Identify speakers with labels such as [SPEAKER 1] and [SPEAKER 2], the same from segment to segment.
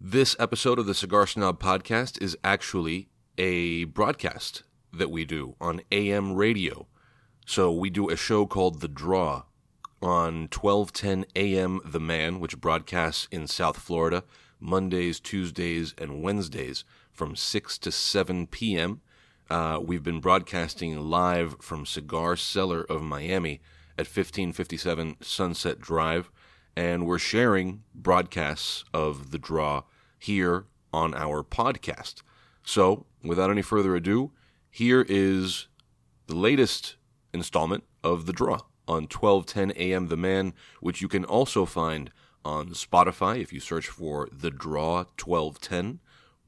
[SPEAKER 1] This episode of the Cigar Snob podcast is actually a broadcast that we do on AM radio. So we do a show called The Draw on 12:10 a.m. The Man, which broadcasts in South Florida Mondays, Tuesdays, and Wednesdays from 6 to 7 p.m. Uh, we've been broadcasting live from Cigar Cellar of Miami at 1557 Sunset Drive, and we're sharing broadcasts of The Draw here on our podcast. So, without any further ado, here is the latest installment of The Draw on 1210 AM The Man, which you can also find on Spotify if you search for The Draw 1210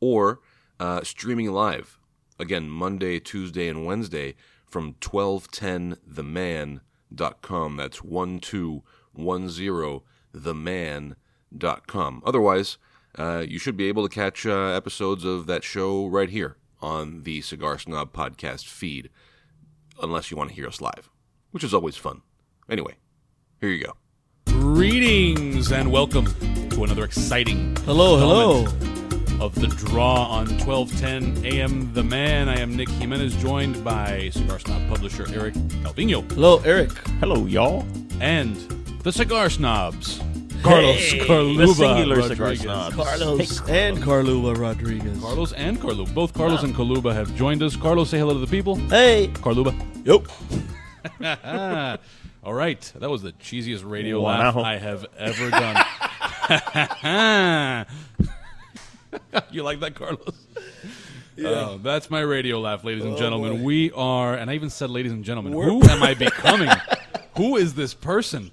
[SPEAKER 1] or uh, streaming live again Monday, Tuesday, and Wednesday from 1210theman.com. That's 1210theman.com. Otherwise, uh, you should be able to catch uh, episodes of that show right here on the Cigar Snob podcast feed, unless you want to hear us live, which is always fun. Anyway, here you go.
[SPEAKER 2] Greetings and welcome to another exciting
[SPEAKER 3] Hello, Oh, hello.
[SPEAKER 2] installment of the draw on 1210 AM The Man. I am Nick Jimenez, joined by Cigar Snob publisher Eric Calvino
[SPEAKER 3] Hello, Eric.
[SPEAKER 4] Hello, y'all.
[SPEAKER 2] and the Cigar Snobs. Carlos Carluba
[SPEAKER 4] the singular cigar
[SPEAKER 2] Rodriguez.
[SPEAKER 4] snobs.
[SPEAKER 3] Carlos and Carluba Rodriguez.
[SPEAKER 2] Carlos and Carluba. Both Carlos and Carluba have joined us. Carlos, say hello to the people.
[SPEAKER 3] Hey.
[SPEAKER 2] Carluba.
[SPEAKER 3] Yep.
[SPEAKER 2] Ah, all right. That was the cheesiest radio
[SPEAKER 4] Wow.
[SPEAKER 2] laugh I have ever done. you like that, Carlos? Yeah. Oh, that's my radio laugh, ladies and gentlemen. We are, and I even said, ladies and gentlemen, who am I becoming? who is this person?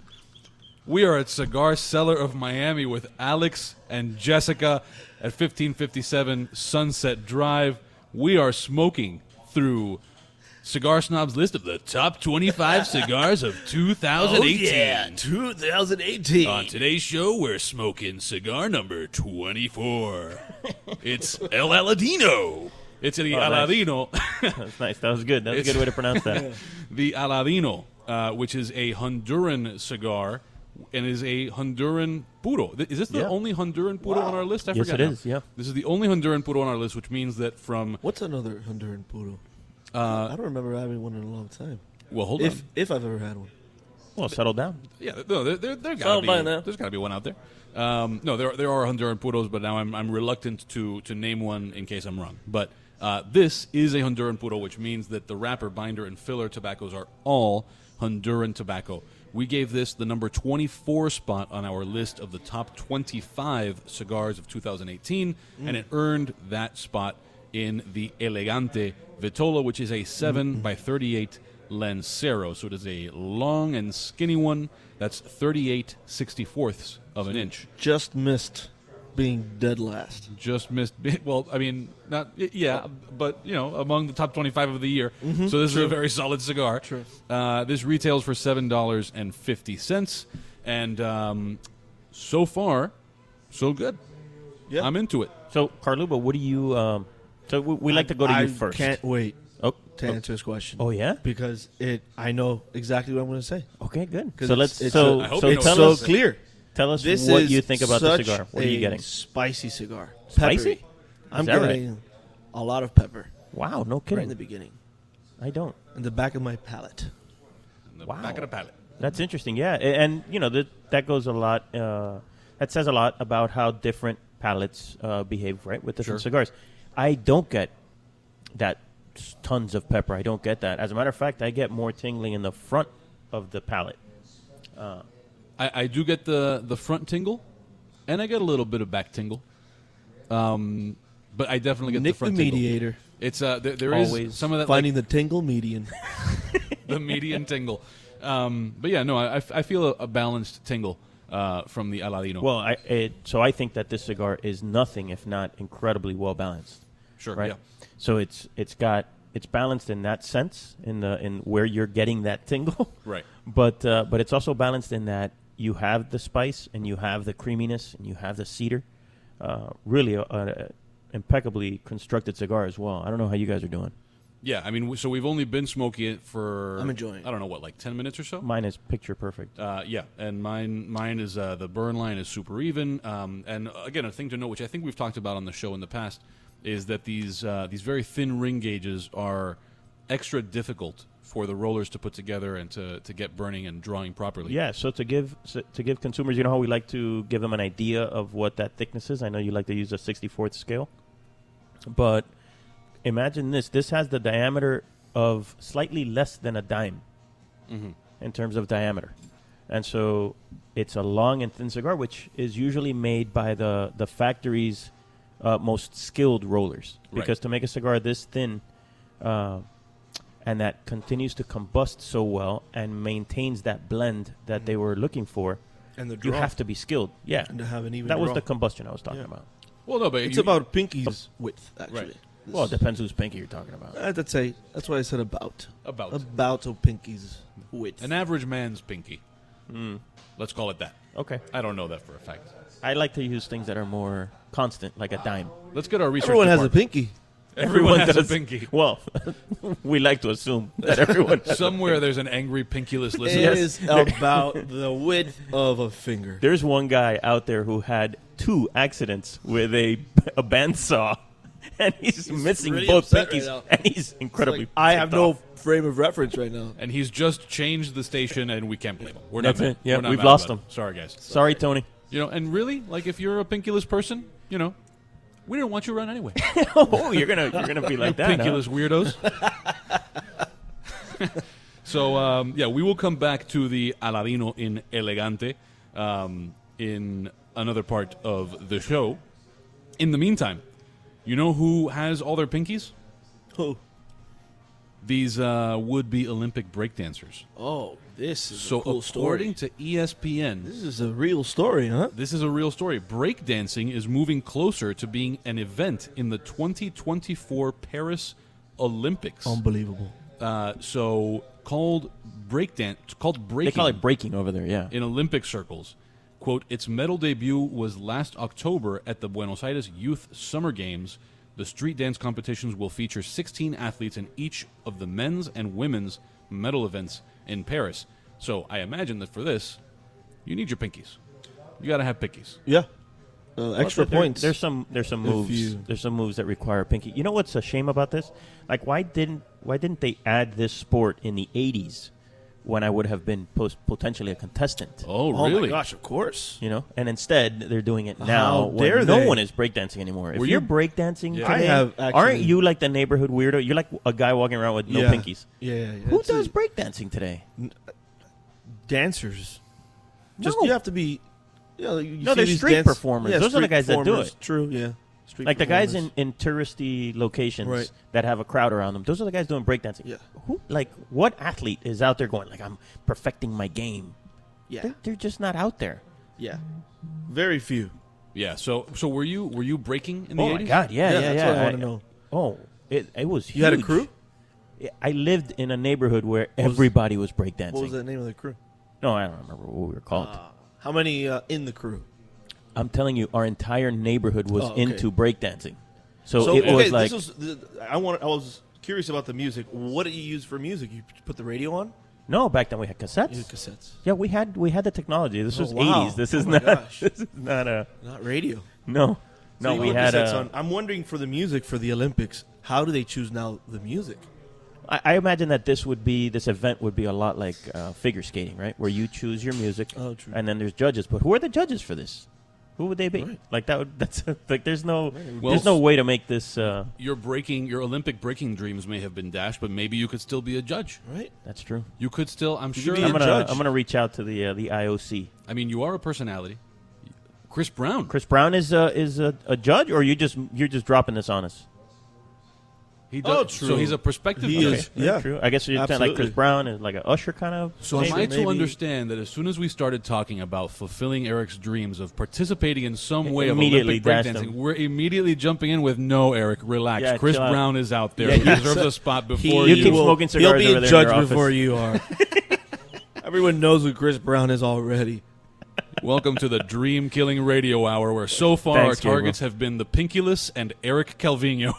[SPEAKER 2] We are at Cigar Cellar of Miami with Alex and Jessica at 1557 Sunset Drive. We are smoking through Cigar Snob's list of the top 25 cigars of 2018.
[SPEAKER 3] 2018.
[SPEAKER 2] On today's show, we're smoking cigar number 24. it's El Aladino. It's the
[SPEAKER 4] nice.
[SPEAKER 2] Aladino.
[SPEAKER 4] That's nice. That was good. That was
[SPEAKER 2] It's-
[SPEAKER 4] a good way to pronounce that.
[SPEAKER 2] the Aladino, uh, which is a Honduran cigar and is a Honduran puro. Th- Is this the
[SPEAKER 4] Yeah.
[SPEAKER 2] only Honduran puro on our list? I
[SPEAKER 4] Yes,
[SPEAKER 2] forgot.
[SPEAKER 4] it
[SPEAKER 2] now.
[SPEAKER 4] is, yeah.
[SPEAKER 2] This is the only Honduran puro on our list, which means that from.
[SPEAKER 3] What's another Honduran puro? Uh, I don't remember having one in a long time.
[SPEAKER 2] Well, hold
[SPEAKER 3] If
[SPEAKER 2] on.
[SPEAKER 3] if I've ever had one.
[SPEAKER 4] Well, settle down.
[SPEAKER 2] Yeah, no, there, there, there
[SPEAKER 3] Sound
[SPEAKER 2] gotta be,
[SPEAKER 3] by now.
[SPEAKER 2] there's got to be one out there. Um, no, there, there are Honduran puros, but now I'm, I'm reluctant to, to name one in case I'm wrong. But uh, this is a Honduran puro, which means that the wrapper, binder, and filler tobaccos are all Honduran tobacco. We gave this the number 24 spot on our list of the top 25 cigars of 2018, and it earned that spot in the Elegante Vitola, which is a 7 by 38 Lancero. So it is a long and skinny one. That's 38 64ths of an inch.
[SPEAKER 3] Just missed being dead last.
[SPEAKER 2] Just missed. bi- Well, I mean, not y- yeah, but you know, among the top 25 of the year. So this is a very solid cigar. True. Uh, this retails for seven dollars and fifty cents, and um, so far, so good.
[SPEAKER 3] Yeah.
[SPEAKER 2] I'm into it.
[SPEAKER 4] So, Carluba, what do you? Um, so we, we like to go to
[SPEAKER 3] I
[SPEAKER 4] you 1st
[SPEAKER 3] can't wait
[SPEAKER 4] Oh,
[SPEAKER 3] to answer his question.
[SPEAKER 4] oh yeah.
[SPEAKER 3] Because it, I know exactly what I'm going to say.
[SPEAKER 4] Okay, good.
[SPEAKER 3] 'Cause
[SPEAKER 4] So
[SPEAKER 3] it's-
[SPEAKER 4] let's.
[SPEAKER 3] it's
[SPEAKER 4] so
[SPEAKER 3] a-
[SPEAKER 2] I hope
[SPEAKER 4] so
[SPEAKER 2] you know
[SPEAKER 3] it's
[SPEAKER 4] tell
[SPEAKER 3] so
[SPEAKER 4] us.
[SPEAKER 3] clear.
[SPEAKER 4] Tell us
[SPEAKER 3] This
[SPEAKER 4] what
[SPEAKER 3] is
[SPEAKER 4] you think about the
[SPEAKER 3] such
[SPEAKER 4] cigar. What are
[SPEAKER 3] a
[SPEAKER 4] you getting?
[SPEAKER 3] Spicy cigar.
[SPEAKER 4] Spicy?
[SPEAKER 3] Peppery. I'm
[SPEAKER 4] that right?
[SPEAKER 3] getting a lot of pepper
[SPEAKER 4] Wow, no
[SPEAKER 3] right in the
[SPEAKER 4] kidding.
[SPEAKER 3] beginning,
[SPEAKER 4] I don't.
[SPEAKER 3] in the back of my palate.
[SPEAKER 2] In the
[SPEAKER 4] Wow.
[SPEAKER 2] Back of the palate.
[SPEAKER 4] That's interesting. Yeah, A- and you know that that goes a lot. Uh, that says a lot about how different palates uh, behave, right, with different
[SPEAKER 2] Sure.
[SPEAKER 4] cigars. I don't get that s- tons of pepper. I don't get that. As a matter of fact, I get more tingling in the front of the palate.
[SPEAKER 2] I, I do get the the front tingle, and I get a little bit of back tingle. Um, but I definitely get the
[SPEAKER 3] Nick the
[SPEAKER 2] front tingle.
[SPEAKER 3] mediator,
[SPEAKER 2] It's uh, there, there is
[SPEAKER 4] Always
[SPEAKER 2] some of that like
[SPEAKER 3] finding the tingle median.
[SPEAKER 2] the median tingle. Um, but yeah, no, I, I f- I feel a, a balanced tingle uh, from the Aladino.
[SPEAKER 4] Well, I it, so I think that this cigar is nothing if not incredibly well balanced.
[SPEAKER 2] sure,
[SPEAKER 4] right?
[SPEAKER 2] yeah,
[SPEAKER 4] So it's it's got it's balanced in that sense in the in where you're getting that tingle,
[SPEAKER 2] Right.
[SPEAKER 4] But uh, but it's also balanced in that you have the spice and you have the creaminess and you have the cedar. Uh, really, a, a impeccably constructed cigar as well. I don't know how you guys are doing.
[SPEAKER 2] Yeah, I mean, w- so we've only been smoking it for
[SPEAKER 3] I'm enjoying it.
[SPEAKER 2] I don't know what, like ten minutes or so.
[SPEAKER 4] Mine is picture perfect.
[SPEAKER 2] Uh, yeah, and mine mine is uh, the burn line is super even. Um, and uh, again, a thing to note, which I think we've talked about on the show in the past, is that these uh, these very thin ring gauges are extra difficult for the rollers to put together and to, to get burning and drawing properly.
[SPEAKER 4] Yeah, so to give so to give consumers, you know how we like to give them an idea of what that thickness is. I know you like to use a 64th scale, but imagine this: this has the diameter of slightly less than a dime
[SPEAKER 3] Mm-hmm.
[SPEAKER 4] in terms of diameter, and so it's a long and thin cigar, which is usually made by the the factory's uh, most skilled rollers,
[SPEAKER 2] Right.
[SPEAKER 4] because to make a cigar this thin. Uh, and that continues to combust so well and maintains that blend that they were looking for,
[SPEAKER 3] And the
[SPEAKER 4] you
[SPEAKER 3] Mm-hmm. draw.
[SPEAKER 4] have to be skilled. Yeah,
[SPEAKER 3] And to have an even
[SPEAKER 4] that was
[SPEAKER 3] draw.
[SPEAKER 4] the combustion I was talking
[SPEAKER 3] Yeah.
[SPEAKER 4] about.
[SPEAKER 2] Well, no, but
[SPEAKER 3] It's
[SPEAKER 2] you-
[SPEAKER 3] about Pinky's width, actually.
[SPEAKER 2] Right.
[SPEAKER 3] This-
[SPEAKER 4] Well, it depends whose pinky you're talking about.
[SPEAKER 3] Uh, that's a, That's why I said about.
[SPEAKER 2] About.
[SPEAKER 3] About of Pinky's width.
[SPEAKER 2] an average man's pinky. Let's call it that.
[SPEAKER 4] Okay,
[SPEAKER 2] I don't know that for a fact.
[SPEAKER 4] I like to use things that are more constant, like a dime.
[SPEAKER 2] Let's get our research.
[SPEAKER 3] Everyone has a
[SPEAKER 2] department.
[SPEAKER 3] pinky.
[SPEAKER 2] Everyone, has
[SPEAKER 4] does.
[SPEAKER 2] a pinky.
[SPEAKER 4] Well, we like to assume that everyone.
[SPEAKER 2] Somewhere there's an angry pinkyless listener.
[SPEAKER 3] It is about the width of a finger.
[SPEAKER 4] There's one guy out there who had two accidents with a a bandsaw, and he's, missing
[SPEAKER 3] really
[SPEAKER 4] both
[SPEAKER 3] upset
[SPEAKER 4] pinkies,
[SPEAKER 3] right now.
[SPEAKER 4] and he's incredibly.
[SPEAKER 3] Like, I have
[SPEAKER 4] ticked
[SPEAKER 3] no
[SPEAKER 4] off.
[SPEAKER 3] frame of reference right now.
[SPEAKER 2] and he's just changed the station, and we can't blame him. We're
[SPEAKER 4] That's
[SPEAKER 2] not. mad.
[SPEAKER 4] it. Yeah,
[SPEAKER 2] We're not
[SPEAKER 4] we've
[SPEAKER 2] mad
[SPEAKER 4] lost
[SPEAKER 2] about
[SPEAKER 4] him.
[SPEAKER 2] it. Sorry, guys.
[SPEAKER 4] Sorry, Tony.
[SPEAKER 2] You know, and really, like, if you're a pinkyless person, you know, we didn't want you around anyway.
[SPEAKER 4] oh, you're gonna you're gonna be like that. huh?
[SPEAKER 2] Pinkulous weirdos. so um, yeah, we will come back to the Aladino in Elegante um, in another part of the show. In the meantime, you know who has all their pinkies?
[SPEAKER 3] Oh,
[SPEAKER 2] These uh, would-be Olympic breakdancers.
[SPEAKER 3] oh this is
[SPEAKER 2] So
[SPEAKER 3] a cool
[SPEAKER 2] according
[SPEAKER 3] story.
[SPEAKER 2] to E ESPN,
[SPEAKER 3] This is a real story, huh?
[SPEAKER 2] This is a real story. Breakdancing is moving closer to being an event in the 2024 Paris Olympics.
[SPEAKER 3] Unbelievable.
[SPEAKER 2] Uh, so called breakdance, called breaking
[SPEAKER 4] They call it breaking over there. Yeah.
[SPEAKER 2] in Olympic circles. Quote, its medal debut was last October at the Buenos Aires Youth Summer Games. The street dance competitions will feature 16 athletes in each of the men's and women's medal events in Paris. So I imagine that for this, you need your pinkies. You got to have pinkies.
[SPEAKER 3] Yeah. Uh, extra
[SPEAKER 4] Well, there-
[SPEAKER 3] points.
[SPEAKER 4] There's some. There's some
[SPEAKER 3] If
[SPEAKER 4] moves.
[SPEAKER 3] you-
[SPEAKER 4] There's some moves that require pinky. You know what's a shame about this? Like, why didn't why didn't they add this sport in the '80s when I would have been post, potentially a contestant?
[SPEAKER 2] Oh,
[SPEAKER 3] oh
[SPEAKER 2] really?
[SPEAKER 3] my gosh, of course.
[SPEAKER 4] You know, and instead they're doing it now. when
[SPEAKER 3] dare
[SPEAKER 4] no
[SPEAKER 3] they?
[SPEAKER 4] one is breakdancing anymore. If
[SPEAKER 2] Were
[SPEAKER 4] you're
[SPEAKER 2] you-
[SPEAKER 4] breakdancing,
[SPEAKER 2] Yeah.
[SPEAKER 3] I
[SPEAKER 4] today,
[SPEAKER 3] have
[SPEAKER 4] aren't
[SPEAKER 3] actually-
[SPEAKER 4] you like the neighborhood weirdo? You're like a guy walking around with no
[SPEAKER 3] yeah.
[SPEAKER 4] pinkies.
[SPEAKER 3] Yeah, yeah, yeah.
[SPEAKER 4] Who
[SPEAKER 3] It's a-
[SPEAKER 4] does breakdancing today?
[SPEAKER 3] dancers? Just
[SPEAKER 4] No.
[SPEAKER 3] you have to be. Yeah, like, you
[SPEAKER 4] No,
[SPEAKER 3] see
[SPEAKER 4] they're
[SPEAKER 3] these
[SPEAKER 4] street
[SPEAKER 3] dance-
[SPEAKER 4] performers. Those are the
[SPEAKER 3] street
[SPEAKER 4] guys that do
[SPEAKER 3] performers.
[SPEAKER 4] it.
[SPEAKER 3] True. Yeah. Street
[SPEAKER 4] Like the guys in,
[SPEAKER 3] performers.
[SPEAKER 4] in touristy locations
[SPEAKER 3] Right.
[SPEAKER 4] that have a crowd around them. Those are the guys doing breakdancing.
[SPEAKER 3] Yeah.
[SPEAKER 4] Who like what athlete is out there going like I'm perfecting my game?
[SPEAKER 3] Yeah.
[SPEAKER 4] They're, they're just not out there.
[SPEAKER 3] Yeah. Very few.
[SPEAKER 2] Yeah. So, so were you were you breaking in the
[SPEAKER 4] oh my
[SPEAKER 2] 80s?
[SPEAKER 4] god! Yeah, yeah, yeah.
[SPEAKER 3] That's what I want to know.
[SPEAKER 4] Oh, it, it was. Huge.
[SPEAKER 3] You had a crew.
[SPEAKER 4] I lived in a neighborhood where everybody was breakdancing.
[SPEAKER 3] What was Ah. the name of the crew?
[SPEAKER 4] No, I don't remember what we were called.
[SPEAKER 3] How many uh, in the crew?
[SPEAKER 4] I'm telling you, our entire neighborhood was
[SPEAKER 3] Oh, okay.
[SPEAKER 4] into breakdancing. So,
[SPEAKER 3] So
[SPEAKER 4] it
[SPEAKER 3] okay,
[SPEAKER 4] was like
[SPEAKER 3] this was the- I want. I was curious about the music. What did you use for music? You put the radio on.
[SPEAKER 4] no. Back then we had
[SPEAKER 3] You
[SPEAKER 4] cassettes.
[SPEAKER 3] had cassettes,
[SPEAKER 4] Yeah, we had we had the technology. This
[SPEAKER 3] Oh,
[SPEAKER 4] was
[SPEAKER 3] wow.
[SPEAKER 4] 80s. This
[SPEAKER 3] Oh
[SPEAKER 4] is
[SPEAKER 3] my
[SPEAKER 4] not.
[SPEAKER 3] gosh.
[SPEAKER 4] This is not a
[SPEAKER 3] not radio.
[SPEAKER 4] no.
[SPEAKER 3] So
[SPEAKER 4] No,
[SPEAKER 3] you
[SPEAKER 4] we
[SPEAKER 3] put
[SPEAKER 4] had
[SPEAKER 3] cassettes
[SPEAKER 4] a.
[SPEAKER 3] on. I'm wondering for the music for the Olympics. How do they choose now the music?
[SPEAKER 4] I, I imagine that this would be this event would be a lot like uh, figure skating, right? Where you choose your music,
[SPEAKER 3] Oh, true.
[SPEAKER 4] and then there's judges. But who are the judges for this? Who would they be?
[SPEAKER 3] Right.
[SPEAKER 4] Like that would that's like there's no
[SPEAKER 2] Well-
[SPEAKER 4] there's no way to make this. Uh,
[SPEAKER 2] Your breaking your Olympic breaking dreams may have been dashed, but maybe you could still be a judge.
[SPEAKER 3] Right.
[SPEAKER 4] that's true.
[SPEAKER 2] You could still. I'm sure.
[SPEAKER 3] be
[SPEAKER 4] I'm
[SPEAKER 3] a
[SPEAKER 4] gonna
[SPEAKER 3] judge.
[SPEAKER 4] I'm gonna reach out to the uh, the IOC.
[SPEAKER 2] I mean, you are a personality. Chris Brown.
[SPEAKER 4] Chris Brown is uh, is a, a judge, or you just you're just dropping this on us.
[SPEAKER 2] He
[SPEAKER 3] Oh,
[SPEAKER 2] does-
[SPEAKER 3] true.
[SPEAKER 2] So he's a perspective.
[SPEAKER 3] He
[SPEAKER 2] guy.
[SPEAKER 3] is- Yeah.
[SPEAKER 4] true. I guess you're kind of like Chris
[SPEAKER 3] Absolutely.
[SPEAKER 4] Brown is like an usher kind of.
[SPEAKER 2] So am
[SPEAKER 4] thing.
[SPEAKER 2] I
[SPEAKER 3] Maybe-
[SPEAKER 2] to understand that as soon as we started talking about fulfilling Eric's dreams of participating in some way of
[SPEAKER 4] Immediately
[SPEAKER 2] Olympic
[SPEAKER 4] dashed
[SPEAKER 2] breakdancing,
[SPEAKER 4] him.
[SPEAKER 2] we're immediately jumping in with no, Eric, relax.
[SPEAKER 4] Yeah,
[SPEAKER 2] Chris
[SPEAKER 4] chill out."
[SPEAKER 2] Brown is out there.
[SPEAKER 3] Yeah,
[SPEAKER 2] he
[SPEAKER 3] yeah.
[SPEAKER 2] deserves a spot before
[SPEAKER 4] you
[SPEAKER 2] you.
[SPEAKER 4] keep smoking
[SPEAKER 3] He'll
[SPEAKER 4] cigars
[SPEAKER 3] be
[SPEAKER 4] over
[SPEAKER 3] a
[SPEAKER 4] there in
[SPEAKER 3] judge
[SPEAKER 4] your office.
[SPEAKER 3] before you are. Everyone knows who Chris Brown is already.
[SPEAKER 2] Welcome to the Dream Killing Radio Hour, where so far
[SPEAKER 4] Thanks,
[SPEAKER 2] our
[SPEAKER 4] Gabriel.
[SPEAKER 2] targets have been the Pinkulus and Eric Calvino.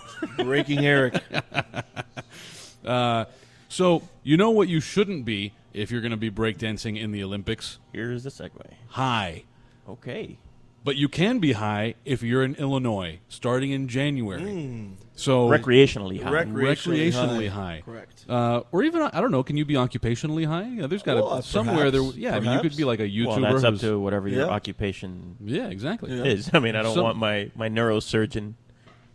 [SPEAKER 3] Breaking Eric.
[SPEAKER 2] Uh, so you know what you shouldn't be if you're going to be breakdancing in the Olympics?
[SPEAKER 4] Here's the segue.
[SPEAKER 2] High.
[SPEAKER 4] Okay.
[SPEAKER 2] But you can be high if you're in Illinois, starting in January. So
[SPEAKER 4] Recreationally high.
[SPEAKER 3] Rec- Recreationally
[SPEAKER 2] recreationally
[SPEAKER 3] Hmm. high.
[SPEAKER 2] high.
[SPEAKER 3] Correct.
[SPEAKER 2] Uh, or even I don't know. Can you be occupationally high? Yeah, there's got to
[SPEAKER 3] Well, uh,
[SPEAKER 2] somewhere there.
[SPEAKER 3] perhaps.
[SPEAKER 2] Yeah, I mean, you could be like a YouTuber.
[SPEAKER 4] well, that's up
[SPEAKER 2] who's-
[SPEAKER 4] to whatever your
[SPEAKER 3] Yeah.
[SPEAKER 4] occupation
[SPEAKER 2] yeah, exactly.
[SPEAKER 3] Yeah.
[SPEAKER 2] Yeah,
[SPEAKER 4] is. I mean, I don't
[SPEAKER 2] Some-
[SPEAKER 4] want my my neurosurgeon.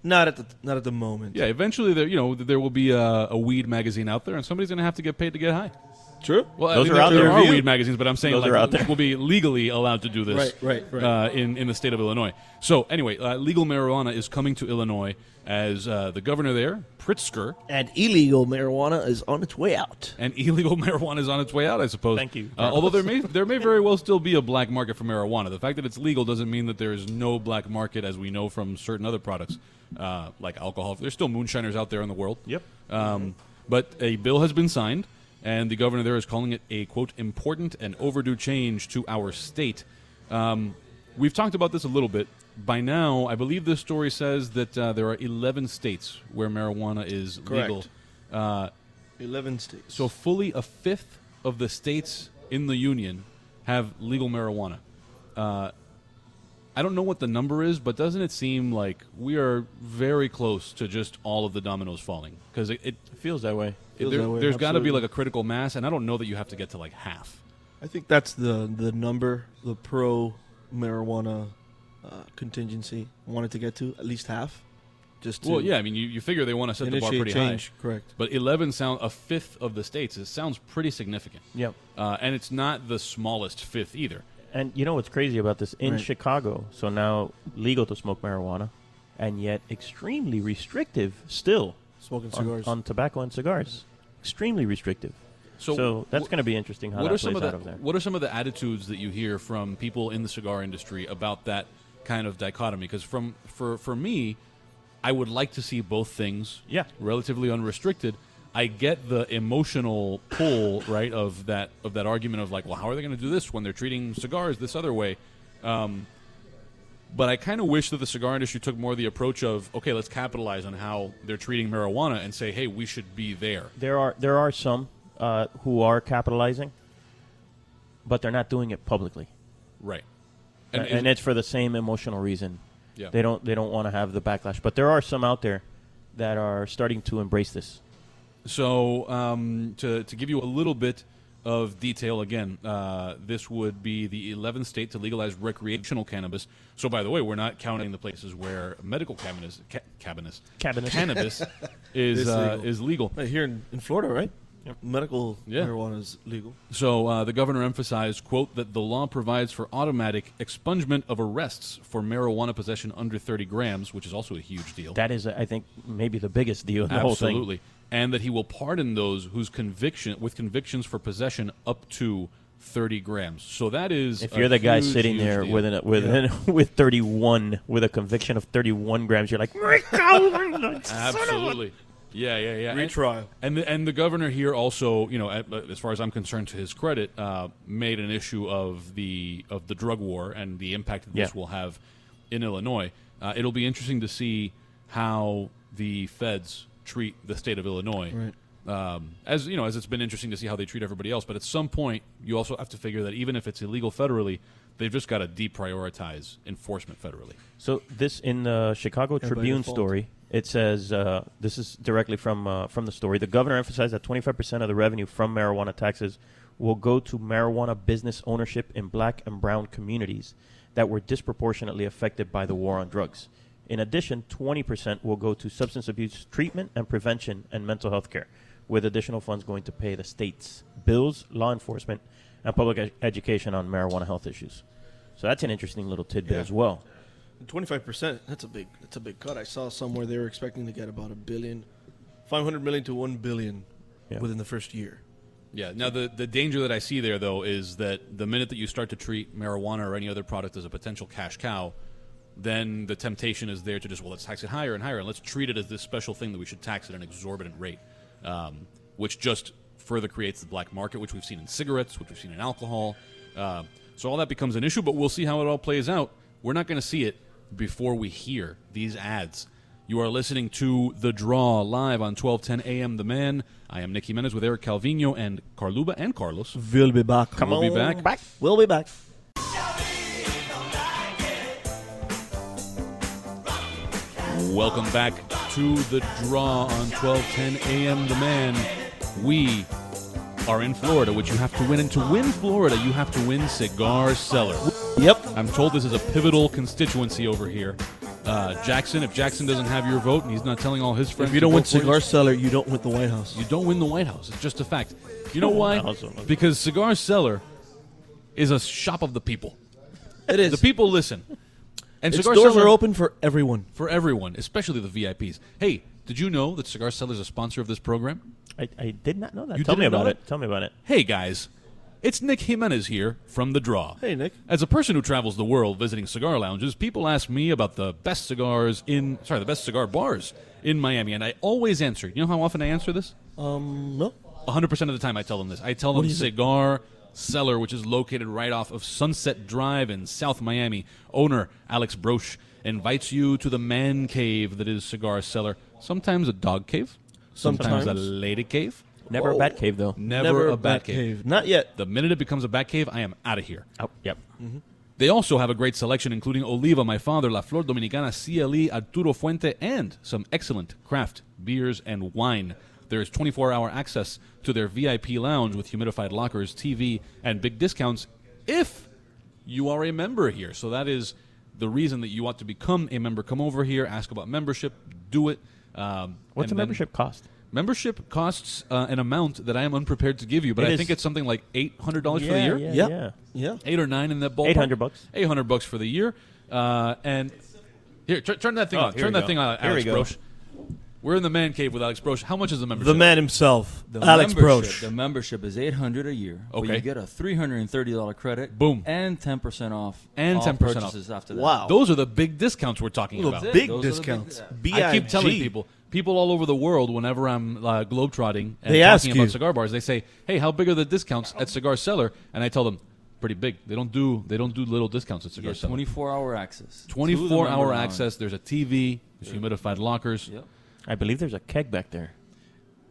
[SPEAKER 3] Not at the not at the moment.
[SPEAKER 2] eventually there you know there will be a, a weed magazine out there, and somebody's going to have to get paid to get high.
[SPEAKER 3] True.
[SPEAKER 2] Well,
[SPEAKER 4] Those
[SPEAKER 2] I mean,
[SPEAKER 4] are out
[SPEAKER 2] there
[SPEAKER 4] there.
[SPEAKER 2] are
[SPEAKER 4] Review.
[SPEAKER 2] weed magazines, but I'm saying
[SPEAKER 4] Those
[SPEAKER 2] like
[SPEAKER 4] are out there.
[SPEAKER 2] we'll be legally allowed to do this,
[SPEAKER 3] Right, right,
[SPEAKER 2] Uh, in in the state of Illinois. So anyway, uh, legal marijuana is coming to Illinois as uh, the governor there, Pritzker,
[SPEAKER 5] And illegal marijuana is on its way out.
[SPEAKER 2] and illegal marijuana is on its way out, I suppose.
[SPEAKER 4] Thank you.
[SPEAKER 2] Uh, although there may there may very well still be a black market for marijuana. The fact that it's legal doesn't mean that there is no black market, as we know from certain other products uh, like alcohol. There's still moonshiners out there in the world.
[SPEAKER 4] Yep.
[SPEAKER 2] Um, but a bill has been signed, and the governor there is calling it a quote important and overdue change to our state. Um, we've talked about this a little bit. By now, I believe this story says that uh, there are 11 states where marijuana is
[SPEAKER 3] Correct.
[SPEAKER 2] legal. Uh,
[SPEAKER 3] Eleven states.
[SPEAKER 2] so fully a fifth of the states in the union have legal marijuana. Uh, I don't know what the number is, but doesn't it seem like we are very close to just all of the dominoes falling? Because it, it,
[SPEAKER 4] It feels that way.
[SPEAKER 2] it-
[SPEAKER 3] Feels
[SPEAKER 2] there,
[SPEAKER 3] that way,
[SPEAKER 2] has got to be
[SPEAKER 3] absolutely.
[SPEAKER 2] like a critical mass, and I don't know that you have to get to like half.
[SPEAKER 3] I think that's the the number the pro marijuana uh, contingency wanted to get to at least half. Just to
[SPEAKER 2] Well, yeah, I mean, you, you figure they want to set the bar
[SPEAKER 3] initiate
[SPEAKER 2] pretty
[SPEAKER 3] change.
[SPEAKER 2] high,
[SPEAKER 3] Correct.
[SPEAKER 2] but eleven sound a fifth of the states. It sounds pretty significant,
[SPEAKER 4] Yep.
[SPEAKER 2] uh, and it's not the smallest fifth either.
[SPEAKER 4] And you know what's crazy about this? In
[SPEAKER 3] Right.
[SPEAKER 4] Chicago, so now legal to smoke marijuana, and yet extremely restrictive still
[SPEAKER 3] Smoking
[SPEAKER 4] on,
[SPEAKER 3] cigars.
[SPEAKER 4] on tobacco and cigars. Extremely restrictive. So, that's
[SPEAKER 2] wh-
[SPEAKER 4] going to be interesting how
[SPEAKER 2] what
[SPEAKER 4] that
[SPEAKER 2] are some
[SPEAKER 4] plays
[SPEAKER 2] of
[SPEAKER 4] out
[SPEAKER 2] the
[SPEAKER 4] over there.
[SPEAKER 2] what are some of the attitudes that you hear from people in the cigar industry about that kind of dichotomy because from for for me I would like to see both things
[SPEAKER 4] Yeah.
[SPEAKER 2] relatively unrestricted I get the emotional pull right of that of that argument of like well how are they going to do this when they're treating cigars this other way um, but I kind of wish that the cigar industry took more the approach of okay let's capitalize on how they're treating marijuana and say hey we should be there
[SPEAKER 4] There are there are some uh, who are capitalizing, but they're not doing it publicly,
[SPEAKER 2] right
[SPEAKER 4] and,
[SPEAKER 2] is-
[SPEAKER 4] it's for the same emotional reason.
[SPEAKER 2] Yeah.
[SPEAKER 4] They don't they don't want to have the backlash, but there are some out there that are starting to embrace this.
[SPEAKER 2] So, um, to, to give you a little bit of detail again, uh, this would be the 11th state to legalize recreational cannabis. So, by the way, we're not counting the places where medical cannabis, ca- cannabis,
[SPEAKER 4] Cannabis.
[SPEAKER 2] cannabis is,
[SPEAKER 3] Is
[SPEAKER 2] uh,
[SPEAKER 3] legal.
[SPEAKER 2] is legal.
[SPEAKER 3] Hey, here in, in Florida, right? Medical
[SPEAKER 2] Yeah.
[SPEAKER 3] marijuana is legal.
[SPEAKER 2] So uh, the governor emphasized, quote, that the law provides for automatic expungement of arrests for marijuana possession under 30 grams, which is also a huge deal.
[SPEAKER 4] That is, I think, maybe the biggest deal in the
[SPEAKER 2] Absolutely.
[SPEAKER 4] whole thing.
[SPEAKER 2] And that he will pardon those whose conviction with convictions for possession up to 30 grams. So that is
[SPEAKER 4] If
[SPEAKER 2] a
[SPEAKER 4] you're the guy
[SPEAKER 2] huge,
[SPEAKER 4] sitting
[SPEAKER 2] huge
[SPEAKER 4] there
[SPEAKER 2] deal.
[SPEAKER 4] with an, with an, with 31 with a conviction of 31 grams, you're like, "My God, son of a-"
[SPEAKER 2] absolutely. Yeah, yeah, yeah.
[SPEAKER 3] Retrial.
[SPEAKER 2] And the, and the governor here also, you know, at, as far as I'm concerned, to his credit, uh, made an issue of the of the drug war and the impact that this
[SPEAKER 4] Yeah.
[SPEAKER 2] will have in Illinois. Uh, it'll be interesting to see how the feds treat the state of Illinois. Um, as you know, as it's been interesting to see how they treat everybody else, but at some point, you also have to figure that even if it's illegal federally, they've just got to deprioritize enforcement federally.
[SPEAKER 4] So this in the Chicago
[SPEAKER 3] by
[SPEAKER 4] Tribune
[SPEAKER 3] default.
[SPEAKER 4] story, it says uh, this is directly from uh, from the story. The governor emphasized that 25 percent of the revenue from marijuana taxes will go to marijuana business ownership in black and brown communities that were disproportionately affected by the war on drugs. In addition, 20% will go to substance abuse treatment and prevention and mental health care, with additional funds going to pay the state's bills, law enforcement, and public ed- education on marijuana health issues. So that's an interesting little tidbit
[SPEAKER 3] Yeah.
[SPEAKER 4] as well.
[SPEAKER 3] Twenty five percent. That's a big. That's a big cut. I saw somewhere they were expecting to get about a billion, five hundred million to one billion
[SPEAKER 4] Yeah.
[SPEAKER 3] within the first year.
[SPEAKER 2] Yeah. Now the the danger that I see there though is that the minute that you start to treat marijuana or any other product as a potential cash cow, then the temptation is there to just well let's tax it higher and higher and let's treat it as this special thing that we should tax at an exorbitant rate, um, which just further creates the black market, which we've seen in cigarettes, which we've seen in alcohol. Uh, so all that becomes an issue, but we'll see how it all plays out. We're not going to see it before we hear these ads. You You are listening to The Draw live on 1210 AM The Man. I am Nicky Menes with Eric Calvino and Carluba and Carlos.
[SPEAKER 3] We'll be back.
[SPEAKER 4] Come
[SPEAKER 2] We'll be
[SPEAKER 4] on
[SPEAKER 2] back.
[SPEAKER 3] We'll be back.
[SPEAKER 2] Welcome back to The Draw on 1210 AM The Man. We are in Florida, which you have to win. And to win Florida, you have to win Cigar Cellar.
[SPEAKER 3] Yep.
[SPEAKER 2] I'm told this is a pivotal constituency over here. Uh, Jackson, if Jackson doesn't have your vote and he's not telling all his friends,
[SPEAKER 3] If you
[SPEAKER 2] to
[SPEAKER 3] don't
[SPEAKER 2] vote
[SPEAKER 3] win
[SPEAKER 2] for you,
[SPEAKER 3] cigar seller, you don't win the White House.
[SPEAKER 2] you don't win the White House. It's just a fact. You know
[SPEAKER 4] Come on
[SPEAKER 2] why?
[SPEAKER 4] now, so-
[SPEAKER 2] Because Cigar Cellar is a shop of the people.
[SPEAKER 3] It is.
[SPEAKER 2] The people listen. And
[SPEAKER 3] Its
[SPEAKER 2] Cigar
[SPEAKER 3] doors
[SPEAKER 2] Cellar
[SPEAKER 3] are open for everyone.
[SPEAKER 2] for everyone, especially the VIPs. Hey, did you know that Cigar Cellar is a sponsor of this program?
[SPEAKER 4] I, I did not know that.
[SPEAKER 2] You
[SPEAKER 4] Tell me
[SPEAKER 2] didn't know
[SPEAKER 4] about it.
[SPEAKER 2] that?
[SPEAKER 4] Tell me about it.
[SPEAKER 2] Hey guys, it's Nick Jimenez here from The Draw.
[SPEAKER 3] Hey, Nick.
[SPEAKER 2] As a person who travels the world visiting cigar lounges, people ask me about the best cigars in sorry, the best cigar bars in Miami, and I always answer. You know how often I answer this?
[SPEAKER 3] Um, no.
[SPEAKER 2] 100% of the time I tell them this. I tell them Cigar Cellar, which is located right off of Sunset Drive in South Miami. Owner Alex Broche invites you to the man cave that is Cigar Cellar. Sometimes a dog cave, sometimes,
[SPEAKER 3] Sometimes.
[SPEAKER 2] a lady cave,
[SPEAKER 4] Never a bat cave though.
[SPEAKER 2] never, a bat cave.
[SPEAKER 3] Not yet.
[SPEAKER 2] The minute it becomes a bat cave, I am out of here.
[SPEAKER 4] Oh, yep.
[SPEAKER 2] They also have a great selection, including Oliva, My Father, La Flor Dominicana, CLE, Arturo Fuente, and some excellent craft beers and wine. There is 24 hour access to their VIP lounge with humidified lockers, TV, and big discounts if you are a member here. So that is the reason that you ought to become a member. Come over here, ask about membership, do it. Um,
[SPEAKER 4] What's
[SPEAKER 2] and
[SPEAKER 4] a
[SPEAKER 2] then-
[SPEAKER 4] membership cost?
[SPEAKER 2] Membership costs uh, an amount that I am unprepared to give you, but
[SPEAKER 4] It
[SPEAKER 2] I
[SPEAKER 4] is-
[SPEAKER 2] think it's something like $800 for the year
[SPEAKER 4] yeah,
[SPEAKER 3] Yep.
[SPEAKER 4] yeah.
[SPEAKER 3] Yeah.
[SPEAKER 2] eight or nine in that ballpark.
[SPEAKER 4] 800 bucks.
[SPEAKER 2] Eight hundred bucks for the year. Uh, and here, tur- turn that thing
[SPEAKER 4] Oh,
[SPEAKER 2] on.
[SPEAKER 4] here
[SPEAKER 2] Turn
[SPEAKER 4] we
[SPEAKER 2] that
[SPEAKER 4] go.
[SPEAKER 2] thing on,
[SPEAKER 4] Here
[SPEAKER 2] Alex
[SPEAKER 4] we go.
[SPEAKER 2] Brosh. We're in the man cave with Alex Brosh. How much is the membership?
[SPEAKER 3] The man himself,
[SPEAKER 6] The
[SPEAKER 3] Alex
[SPEAKER 6] membership-
[SPEAKER 3] Broche.
[SPEAKER 6] The membership is eight hundred a year. but
[SPEAKER 2] Okay.
[SPEAKER 6] you get a three hundred and thirty dollar credit.
[SPEAKER 2] Boom.
[SPEAKER 6] and ten percent off.
[SPEAKER 2] And
[SPEAKER 6] all
[SPEAKER 2] 10% off.
[SPEAKER 6] purchases after that.
[SPEAKER 5] Wow.
[SPEAKER 2] Those are the big discounts we're talking
[SPEAKER 3] Little
[SPEAKER 2] about.
[SPEAKER 6] That's it.
[SPEAKER 3] big
[SPEAKER 6] Those are the big-
[SPEAKER 3] discounts.
[SPEAKER 2] I keep
[SPEAKER 3] BIG.
[SPEAKER 2] telling people, people all over the world, whenever I'm uh, globetrotting and
[SPEAKER 3] They
[SPEAKER 2] talking
[SPEAKER 3] ask
[SPEAKER 2] about
[SPEAKER 3] you.
[SPEAKER 2] cigar bars, they say, "Hey, how big are the discounts at Cigar Cellar?" And I tell them, "Pretty big. They don't do they don't do little discounts at
[SPEAKER 6] You
[SPEAKER 2] Cigar
[SPEAKER 6] get
[SPEAKER 2] Cellar.
[SPEAKER 6] twenty four hour access. to the
[SPEAKER 2] 24
[SPEAKER 6] member
[SPEAKER 2] hour
[SPEAKER 6] lounge.
[SPEAKER 2] access. There's a TV. There's humidified lockers.
[SPEAKER 6] Yep.
[SPEAKER 4] I believe there's a keg back there.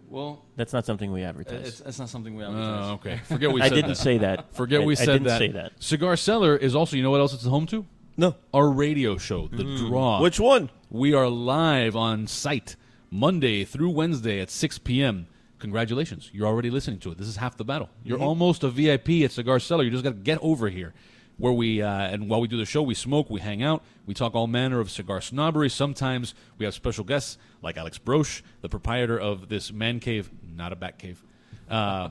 [SPEAKER 6] Well,
[SPEAKER 4] That's not something we
[SPEAKER 6] uh, it's,
[SPEAKER 4] advertise.
[SPEAKER 6] it's not something we advertise.
[SPEAKER 2] Oh, okay. Forget we
[SPEAKER 4] I
[SPEAKER 2] said
[SPEAKER 4] didn't
[SPEAKER 2] that.
[SPEAKER 4] say that.
[SPEAKER 2] Forget
[SPEAKER 4] I,
[SPEAKER 2] we
[SPEAKER 4] I
[SPEAKER 2] said
[SPEAKER 4] didn't
[SPEAKER 2] that.
[SPEAKER 4] say that.
[SPEAKER 2] Cigar Cellar is also, you know what else it's home to?
[SPEAKER 3] No.
[SPEAKER 2] Our radio show, The Draw.
[SPEAKER 3] Which one?
[SPEAKER 2] we are live on site Monday through Wednesday at 6 p.m. Congratulations. You're already listening to it. This is half the battle. You're almost a VIP at Cigar Cellar. You just got to get over here. Where we, uh, and while we do the show, we smoke, we hang out, we talk all manner of cigar snobbery. Sometimes we have special guests like Alex Broche, the proprietor of this man cave, not a bat cave. Uh,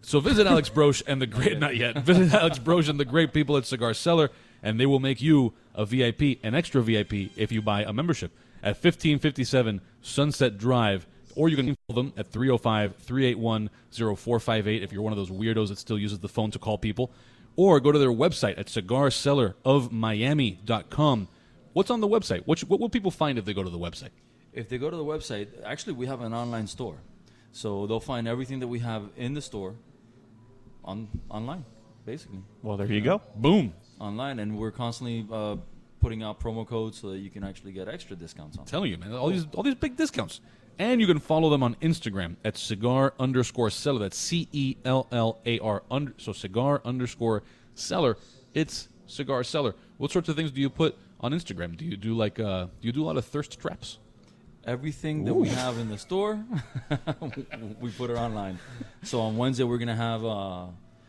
[SPEAKER 2] so visit Alex Broche and the great not yet. Visit Alex Broche and the great people at Cigar Cellar, and they will make you a VIP, an extra VIP, if you buy a membership at fifteen fifty seven Sunset Drive. Or you can call them at 305 381 0458 if you're one of those weirdos that still uses the phone to call people. Or go to their website at cigarsellerofmiami.com. What's on the website? What, should, what will people find if they go to the website?
[SPEAKER 6] If they go to the website, actually, we have an online store, so they'll find everything that we have in the store on online, basically
[SPEAKER 4] Well, there you go.
[SPEAKER 2] Boom.
[SPEAKER 6] online, and we're constantly uh, putting out promo codes so that you can actually get extra discounts on. it.
[SPEAKER 2] telling you, man. All these all these big discounts. And you can follow them on Instagram at cigar underscore seller. That's C E L L A R. Under, so cigar underscore seller. It's cigar seller. What sorts of things do you put on Instagram? Do you do like uh, do you do a lot of thirst traps?
[SPEAKER 6] Everything that we have in the store, we put it online. So on Wednesday, we're gonna have uh,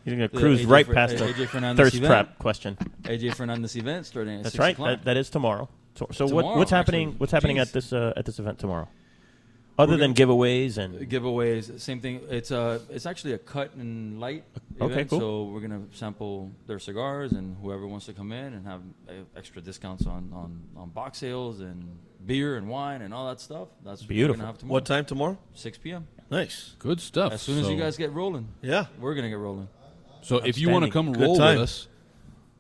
[SPEAKER 4] You're gonna
[SPEAKER 6] the
[SPEAKER 4] cruise
[SPEAKER 6] AJ
[SPEAKER 4] right
[SPEAKER 6] Fer-
[SPEAKER 4] past
[SPEAKER 6] AJ
[SPEAKER 4] the
[SPEAKER 6] Fernandez
[SPEAKER 4] thirst
[SPEAKER 6] event.
[SPEAKER 4] trap question.
[SPEAKER 6] AJ Fernandez event starting at
[SPEAKER 4] That's
[SPEAKER 6] six
[SPEAKER 4] right.
[SPEAKER 6] o'clock.
[SPEAKER 4] That, that is tomorrow. So, so what,
[SPEAKER 6] Tomorrow,
[SPEAKER 4] what's happening?
[SPEAKER 6] actually.
[SPEAKER 4] What's happening
[SPEAKER 6] Jeez.
[SPEAKER 4] at this uh, at this event tomorrow? Other than giveaways and
[SPEAKER 6] giveaways. Same thing. It's a it's actually a cut and light.
[SPEAKER 4] Okay,
[SPEAKER 6] event,
[SPEAKER 4] cool.
[SPEAKER 6] So we're gonna sample their cigars, and whoever wants to come in and have uh, extra discounts on on on box sales and beer and wine and all that stuff. That's What we're
[SPEAKER 4] Beautiful.
[SPEAKER 6] gonna have tomorrow.
[SPEAKER 3] What time tomorrow?
[SPEAKER 6] Six p.m.
[SPEAKER 3] Nice.
[SPEAKER 2] Good stuff.
[SPEAKER 6] As soon as
[SPEAKER 2] So-
[SPEAKER 6] you guys get rolling,
[SPEAKER 3] Yeah.
[SPEAKER 6] we're gonna get rolling.
[SPEAKER 2] So if you want to come
[SPEAKER 3] Good
[SPEAKER 2] roll
[SPEAKER 3] time.
[SPEAKER 2] with us,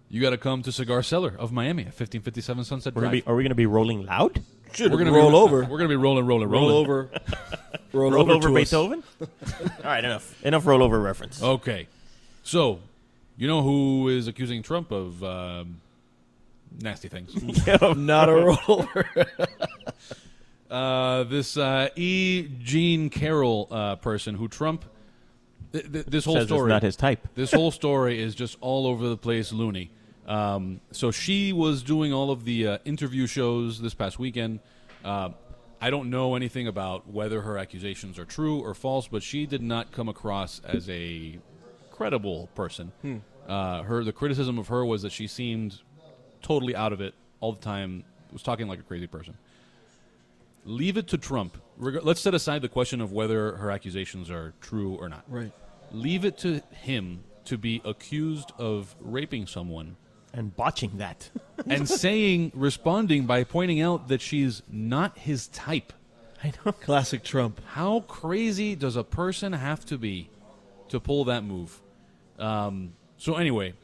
[SPEAKER 2] you got to come to Cigar Cellar of Miami at 1557 Sunset
[SPEAKER 4] we're gonna
[SPEAKER 2] Drive.
[SPEAKER 4] be, are we gonna be rolling loud?
[SPEAKER 3] Should
[SPEAKER 2] We're gonna be-
[SPEAKER 3] roll over.
[SPEAKER 2] We're going to be rolling, rolling, rolling.
[SPEAKER 3] roll over. roll,
[SPEAKER 4] Roll over
[SPEAKER 3] to us.
[SPEAKER 4] Beethoven. All right, enough Oh. enough rollover reference.
[SPEAKER 2] Okay. So, you know who is accusing Trump of um, nasty things?
[SPEAKER 3] Not a roll over.
[SPEAKER 2] Uh, this uh, E. Jean Carroll uh, person who Trump. Th- th- this whole
[SPEAKER 4] Says it's
[SPEAKER 2] story
[SPEAKER 4] not his type.
[SPEAKER 2] this whole story is just all over the place, loony. Um, so she was doing all of the uh, interview shows this past weekend. Uh, I don't know anything about whether her accusations are true or false, but she did not come across as a credible person. Uh, her the criticism of her was that she seemed totally out of it all the time. Was talking like a crazy person. Leave it to Trump. Reg- let's set aside the question of whether her accusations are true or not
[SPEAKER 3] Right.
[SPEAKER 2] leave it to him to be accused of raping someone
[SPEAKER 4] and botching that.
[SPEAKER 2] and saying responding by pointing out that she's not his type
[SPEAKER 4] I know.
[SPEAKER 3] Classic Trump.
[SPEAKER 2] how crazy does a person have to be to pull that move um, so anyway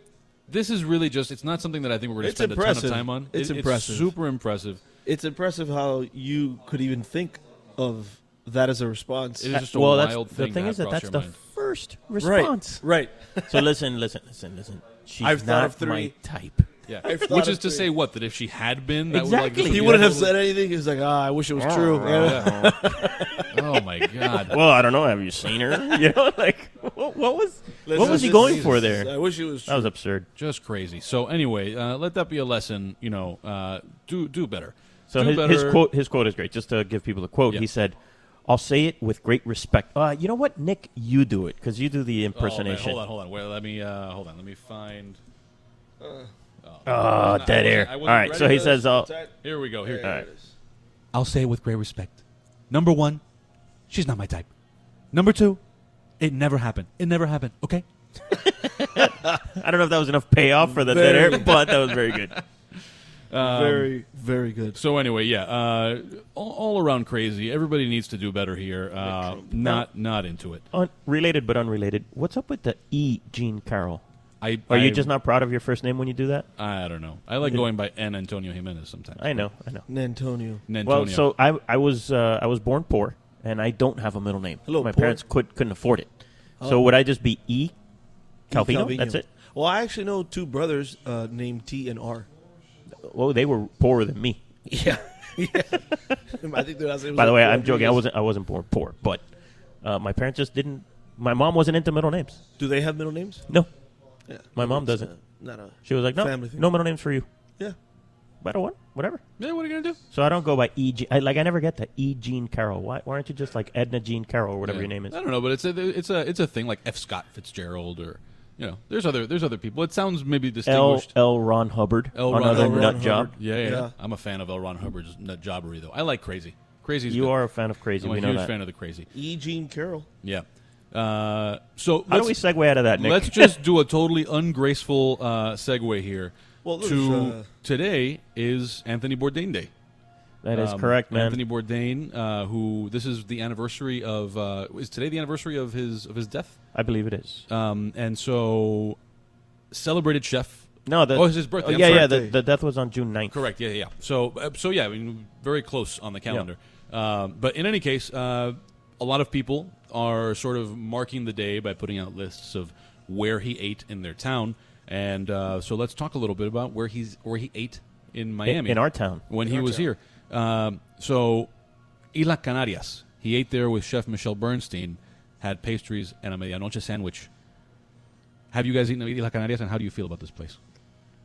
[SPEAKER 2] this is really just it's not something that i think we're going to
[SPEAKER 3] It's
[SPEAKER 2] spend a ton
[SPEAKER 3] impressive.
[SPEAKER 2] of time on
[SPEAKER 3] It's impressive.
[SPEAKER 2] super impressive
[SPEAKER 3] It's impressive how you could even think of that as a response.
[SPEAKER 2] it is just a
[SPEAKER 4] well,
[SPEAKER 2] wild
[SPEAKER 4] that's
[SPEAKER 2] thing
[SPEAKER 4] the thing
[SPEAKER 2] to
[SPEAKER 4] is
[SPEAKER 2] have
[SPEAKER 4] that
[SPEAKER 2] cross
[SPEAKER 4] that's
[SPEAKER 2] your
[SPEAKER 4] the
[SPEAKER 2] mind.
[SPEAKER 4] first response.
[SPEAKER 3] Right.
[SPEAKER 4] so listen, listen, listen, listen. She's
[SPEAKER 3] I've thought
[SPEAKER 4] not
[SPEAKER 3] of three.
[SPEAKER 4] my type.
[SPEAKER 2] yeah.
[SPEAKER 3] I've thought
[SPEAKER 2] which
[SPEAKER 3] of
[SPEAKER 2] is to
[SPEAKER 3] three.
[SPEAKER 2] say what that if she had been that would like this
[SPEAKER 4] Exactly.
[SPEAKER 2] would
[SPEAKER 3] He
[SPEAKER 2] be a
[SPEAKER 3] wouldn't have
[SPEAKER 2] totally-
[SPEAKER 3] said anything. He was like, ah, I wish it was true.
[SPEAKER 2] oh my god
[SPEAKER 4] Well, I don't know. Have you seen her? you know, like what, what was what was he
[SPEAKER 3] This
[SPEAKER 4] going
[SPEAKER 3] is-
[SPEAKER 4] for there? Oh,
[SPEAKER 3] I wish it was
[SPEAKER 4] That
[SPEAKER 3] true.
[SPEAKER 4] was absurd.
[SPEAKER 2] just crazy. So anyway, uh, let that be a lesson. You know, uh, do do better.
[SPEAKER 4] So
[SPEAKER 2] do
[SPEAKER 4] his,
[SPEAKER 2] better.
[SPEAKER 4] his quote his quote is great. Just to give people a quote,
[SPEAKER 2] Yeah.
[SPEAKER 4] he said, "I'll say it with great respect." Uh, you know what, Nick, you do it because you do the
[SPEAKER 2] Oh, man,
[SPEAKER 4] impersonation.
[SPEAKER 2] hold on, hold on. Wait, let me uh, hold on. Let me find.
[SPEAKER 4] Oh, dead air.
[SPEAKER 2] I
[SPEAKER 4] All
[SPEAKER 2] wasn't
[SPEAKER 4] right,
[SPEAKER 2] ready
[SPEAKER 4] so he
[SPEAKER 2] for
[SPEAKER 4] says, uh,
[SPEAKER 2] Here we go. Here.
[SPEAKER 4] all right.
[SPEAKER 2] I'll say it with great respect. Number one, she's not my type. Number two, it never happened. It never happened. Okay.
[SPEAKER 4] I don't know if that was enough payoff for the dead air, but that was very good.
[SPEAKER 3] Um, very, very good.
[SPEAKER 2] So anyway, yeah, uh, all, all around crazy. Everybody needs to do better here. Uh, not not into it.
[SPEAKER 4] Un- related but unrelated. What's up with the E Gene Carroll?
[SPEAKER 2] I
[SPEAKER 4] Are
[SPEAKER 2] I,
[SPEAKER 4] you just not proud of your first name when you do that?
[SPEAKER 2] I don't know. I like going by N Antonio Jimenez sometimes.
[SPEAKER 4] I know, I know.
[SPEAKER 3] Antonio.
[SPEAKER 2] Nantonio.
[SPEAKER 4] Well, so I I was uh, I was born poor and I don't have a middle name.
[SPEAKER 3] Hello,
[SPEAKER 4] my
[SPEAKER 3] poor.
[SPEAKER 4] parents could couldn't afford it.
[SPEAKER 2] Oh.
[SPEAKER 4] So would I just be E Calvino?
[SPEAKER 2] E
[SPEAKER 3] Calvino.
[SPEAKER 4] That's it.
[SPEAKER 3] Well, I actually know two brothers uh, named T and R.
[SPEAKER 4] Well, they were poorer than me.
[SPEAKER 3] Yeah. I think their last name was
[SPEAKER 4] By
[SPEAKER 3] like
[SPEAKER 4] the way, I'm
[SPEAKER 3] Rodriguez.
[SPEAKER 4] joking. I wasn't I wasn't born poor, but uh, my parents just didn't. My mom wasn't into middle names.
[SPEAKER 3] Do they have middle names?
[SPEAKER 4] No,
[SPEAKER 3] Yeah.
[SPEAKER 4] My mom
[SPEAKER 3] It's, uh,
[SPEAKER 4] doesn't.
[SPEAKER 3] Not a.
[SPEAKER 4] she was like, no,
[SPEAKER 3] Family thing.
[SPEAKER 4] no middle names for you.
[SPEAKER 3] Yeah.
[SPEAKER 4] But what? Whatever.
[SPEAKER 2] yeah, what are you gonna do?
[SPEAKER 4] So I don't go by E. G- I, like I never get that E. Jean Carroll. Why, why aren't you just like Edna Jean Carroll or whatever
[SPEAKER 2] Yeah.
[SPEAKER 4] your name is?
[SPEAKER 2] I don't know, but it's a it's a it's a thing like F. Scott Fitzgerald or you know, there's other there's other people. It sounds maybe
[SPEAKER 4] L.
[SPEAKER 2] distinguished.
[SPEAKER 4] L. Ron Hubbard.
[SPEAKER 2] L. Ron-
[SPEAKER 4] another
[SPEAKER 2] L. Ron
[SPEAKER 4] nut
[SPEAKER 3] Hubbard.
[SPEAKER 4] job.
[SPEAKER 2] yeah, yeah,
[SPEAKER 3] Yeah.
[SPEAKER 2] I'm a fan of L. Ron Hubbard's nut jobbery though. I like crazy. Crazy's
[SPEAKER 4] You
[SPEAKER 2] good.
[SPEAKER 4] are a fan of crazy.
[SPEAKER 2] I'm a
[SPEAKER 4] we know
[SPEAKER 2] huge
[SPEAKER 4] that.
[SPEAKER 2] fan of the crazy.
[SPEAKER 3] E. Jean Carroll.
[SPEAKER 2] Yeah. Uh, so
[SPEAKER 4] How do we
[SPEAKER 2] let's,
[SPEAKER 4] segue out of that, Nick?
[SPEAKER 2] let's just do a totally ungraceful uh, segue here.
[SPEAKER 3] Well, there's,
[SPEAKER 2] to
[SPEAKER 3] uh,
[SPEAKER 2] today is Anthony Bourdain Day.
[SPEAKER 4] that is
[SPEAKER 2] Um,
[SPEAKER 4] correct, man.
[SPEAKER 2] Anthony Bourdain, uh, who this is the anniversary of uh, is today the anniversary of his of his death.
[SPEAKER 4] I believe it is.
[SPEAKER 2] Um, and so, celebrated chef.
[SPEAKER 4] No, the,
[SPEAKER 2] oh, it's his birthday. I'm
[SPEAKER 4] yeah,
[SPEAKER 2] sorry.
[SPEAKER 4] yeah. The, the death was on June 9th.
[SPEAKER 2] Correct. Yeah, yeah. yeah. So, uh, so yeah, I mean, very close on the calendar. Um, but in any case, uh, a lot of people are sort of marking the day by putting out lists of where he ate in their town. And uh, so, let's talk a little bit about where he's where he ate in Miami
[SPEAKER 4] in our town.
[SPEAKER 2] when he was here. Um, so, Isla Canarias. He ate there with Chef Michelle Bernstein. Had pastries and a medianoche sandwich. Have you guys eaten at Isla Canarias, and how do you feel about this place?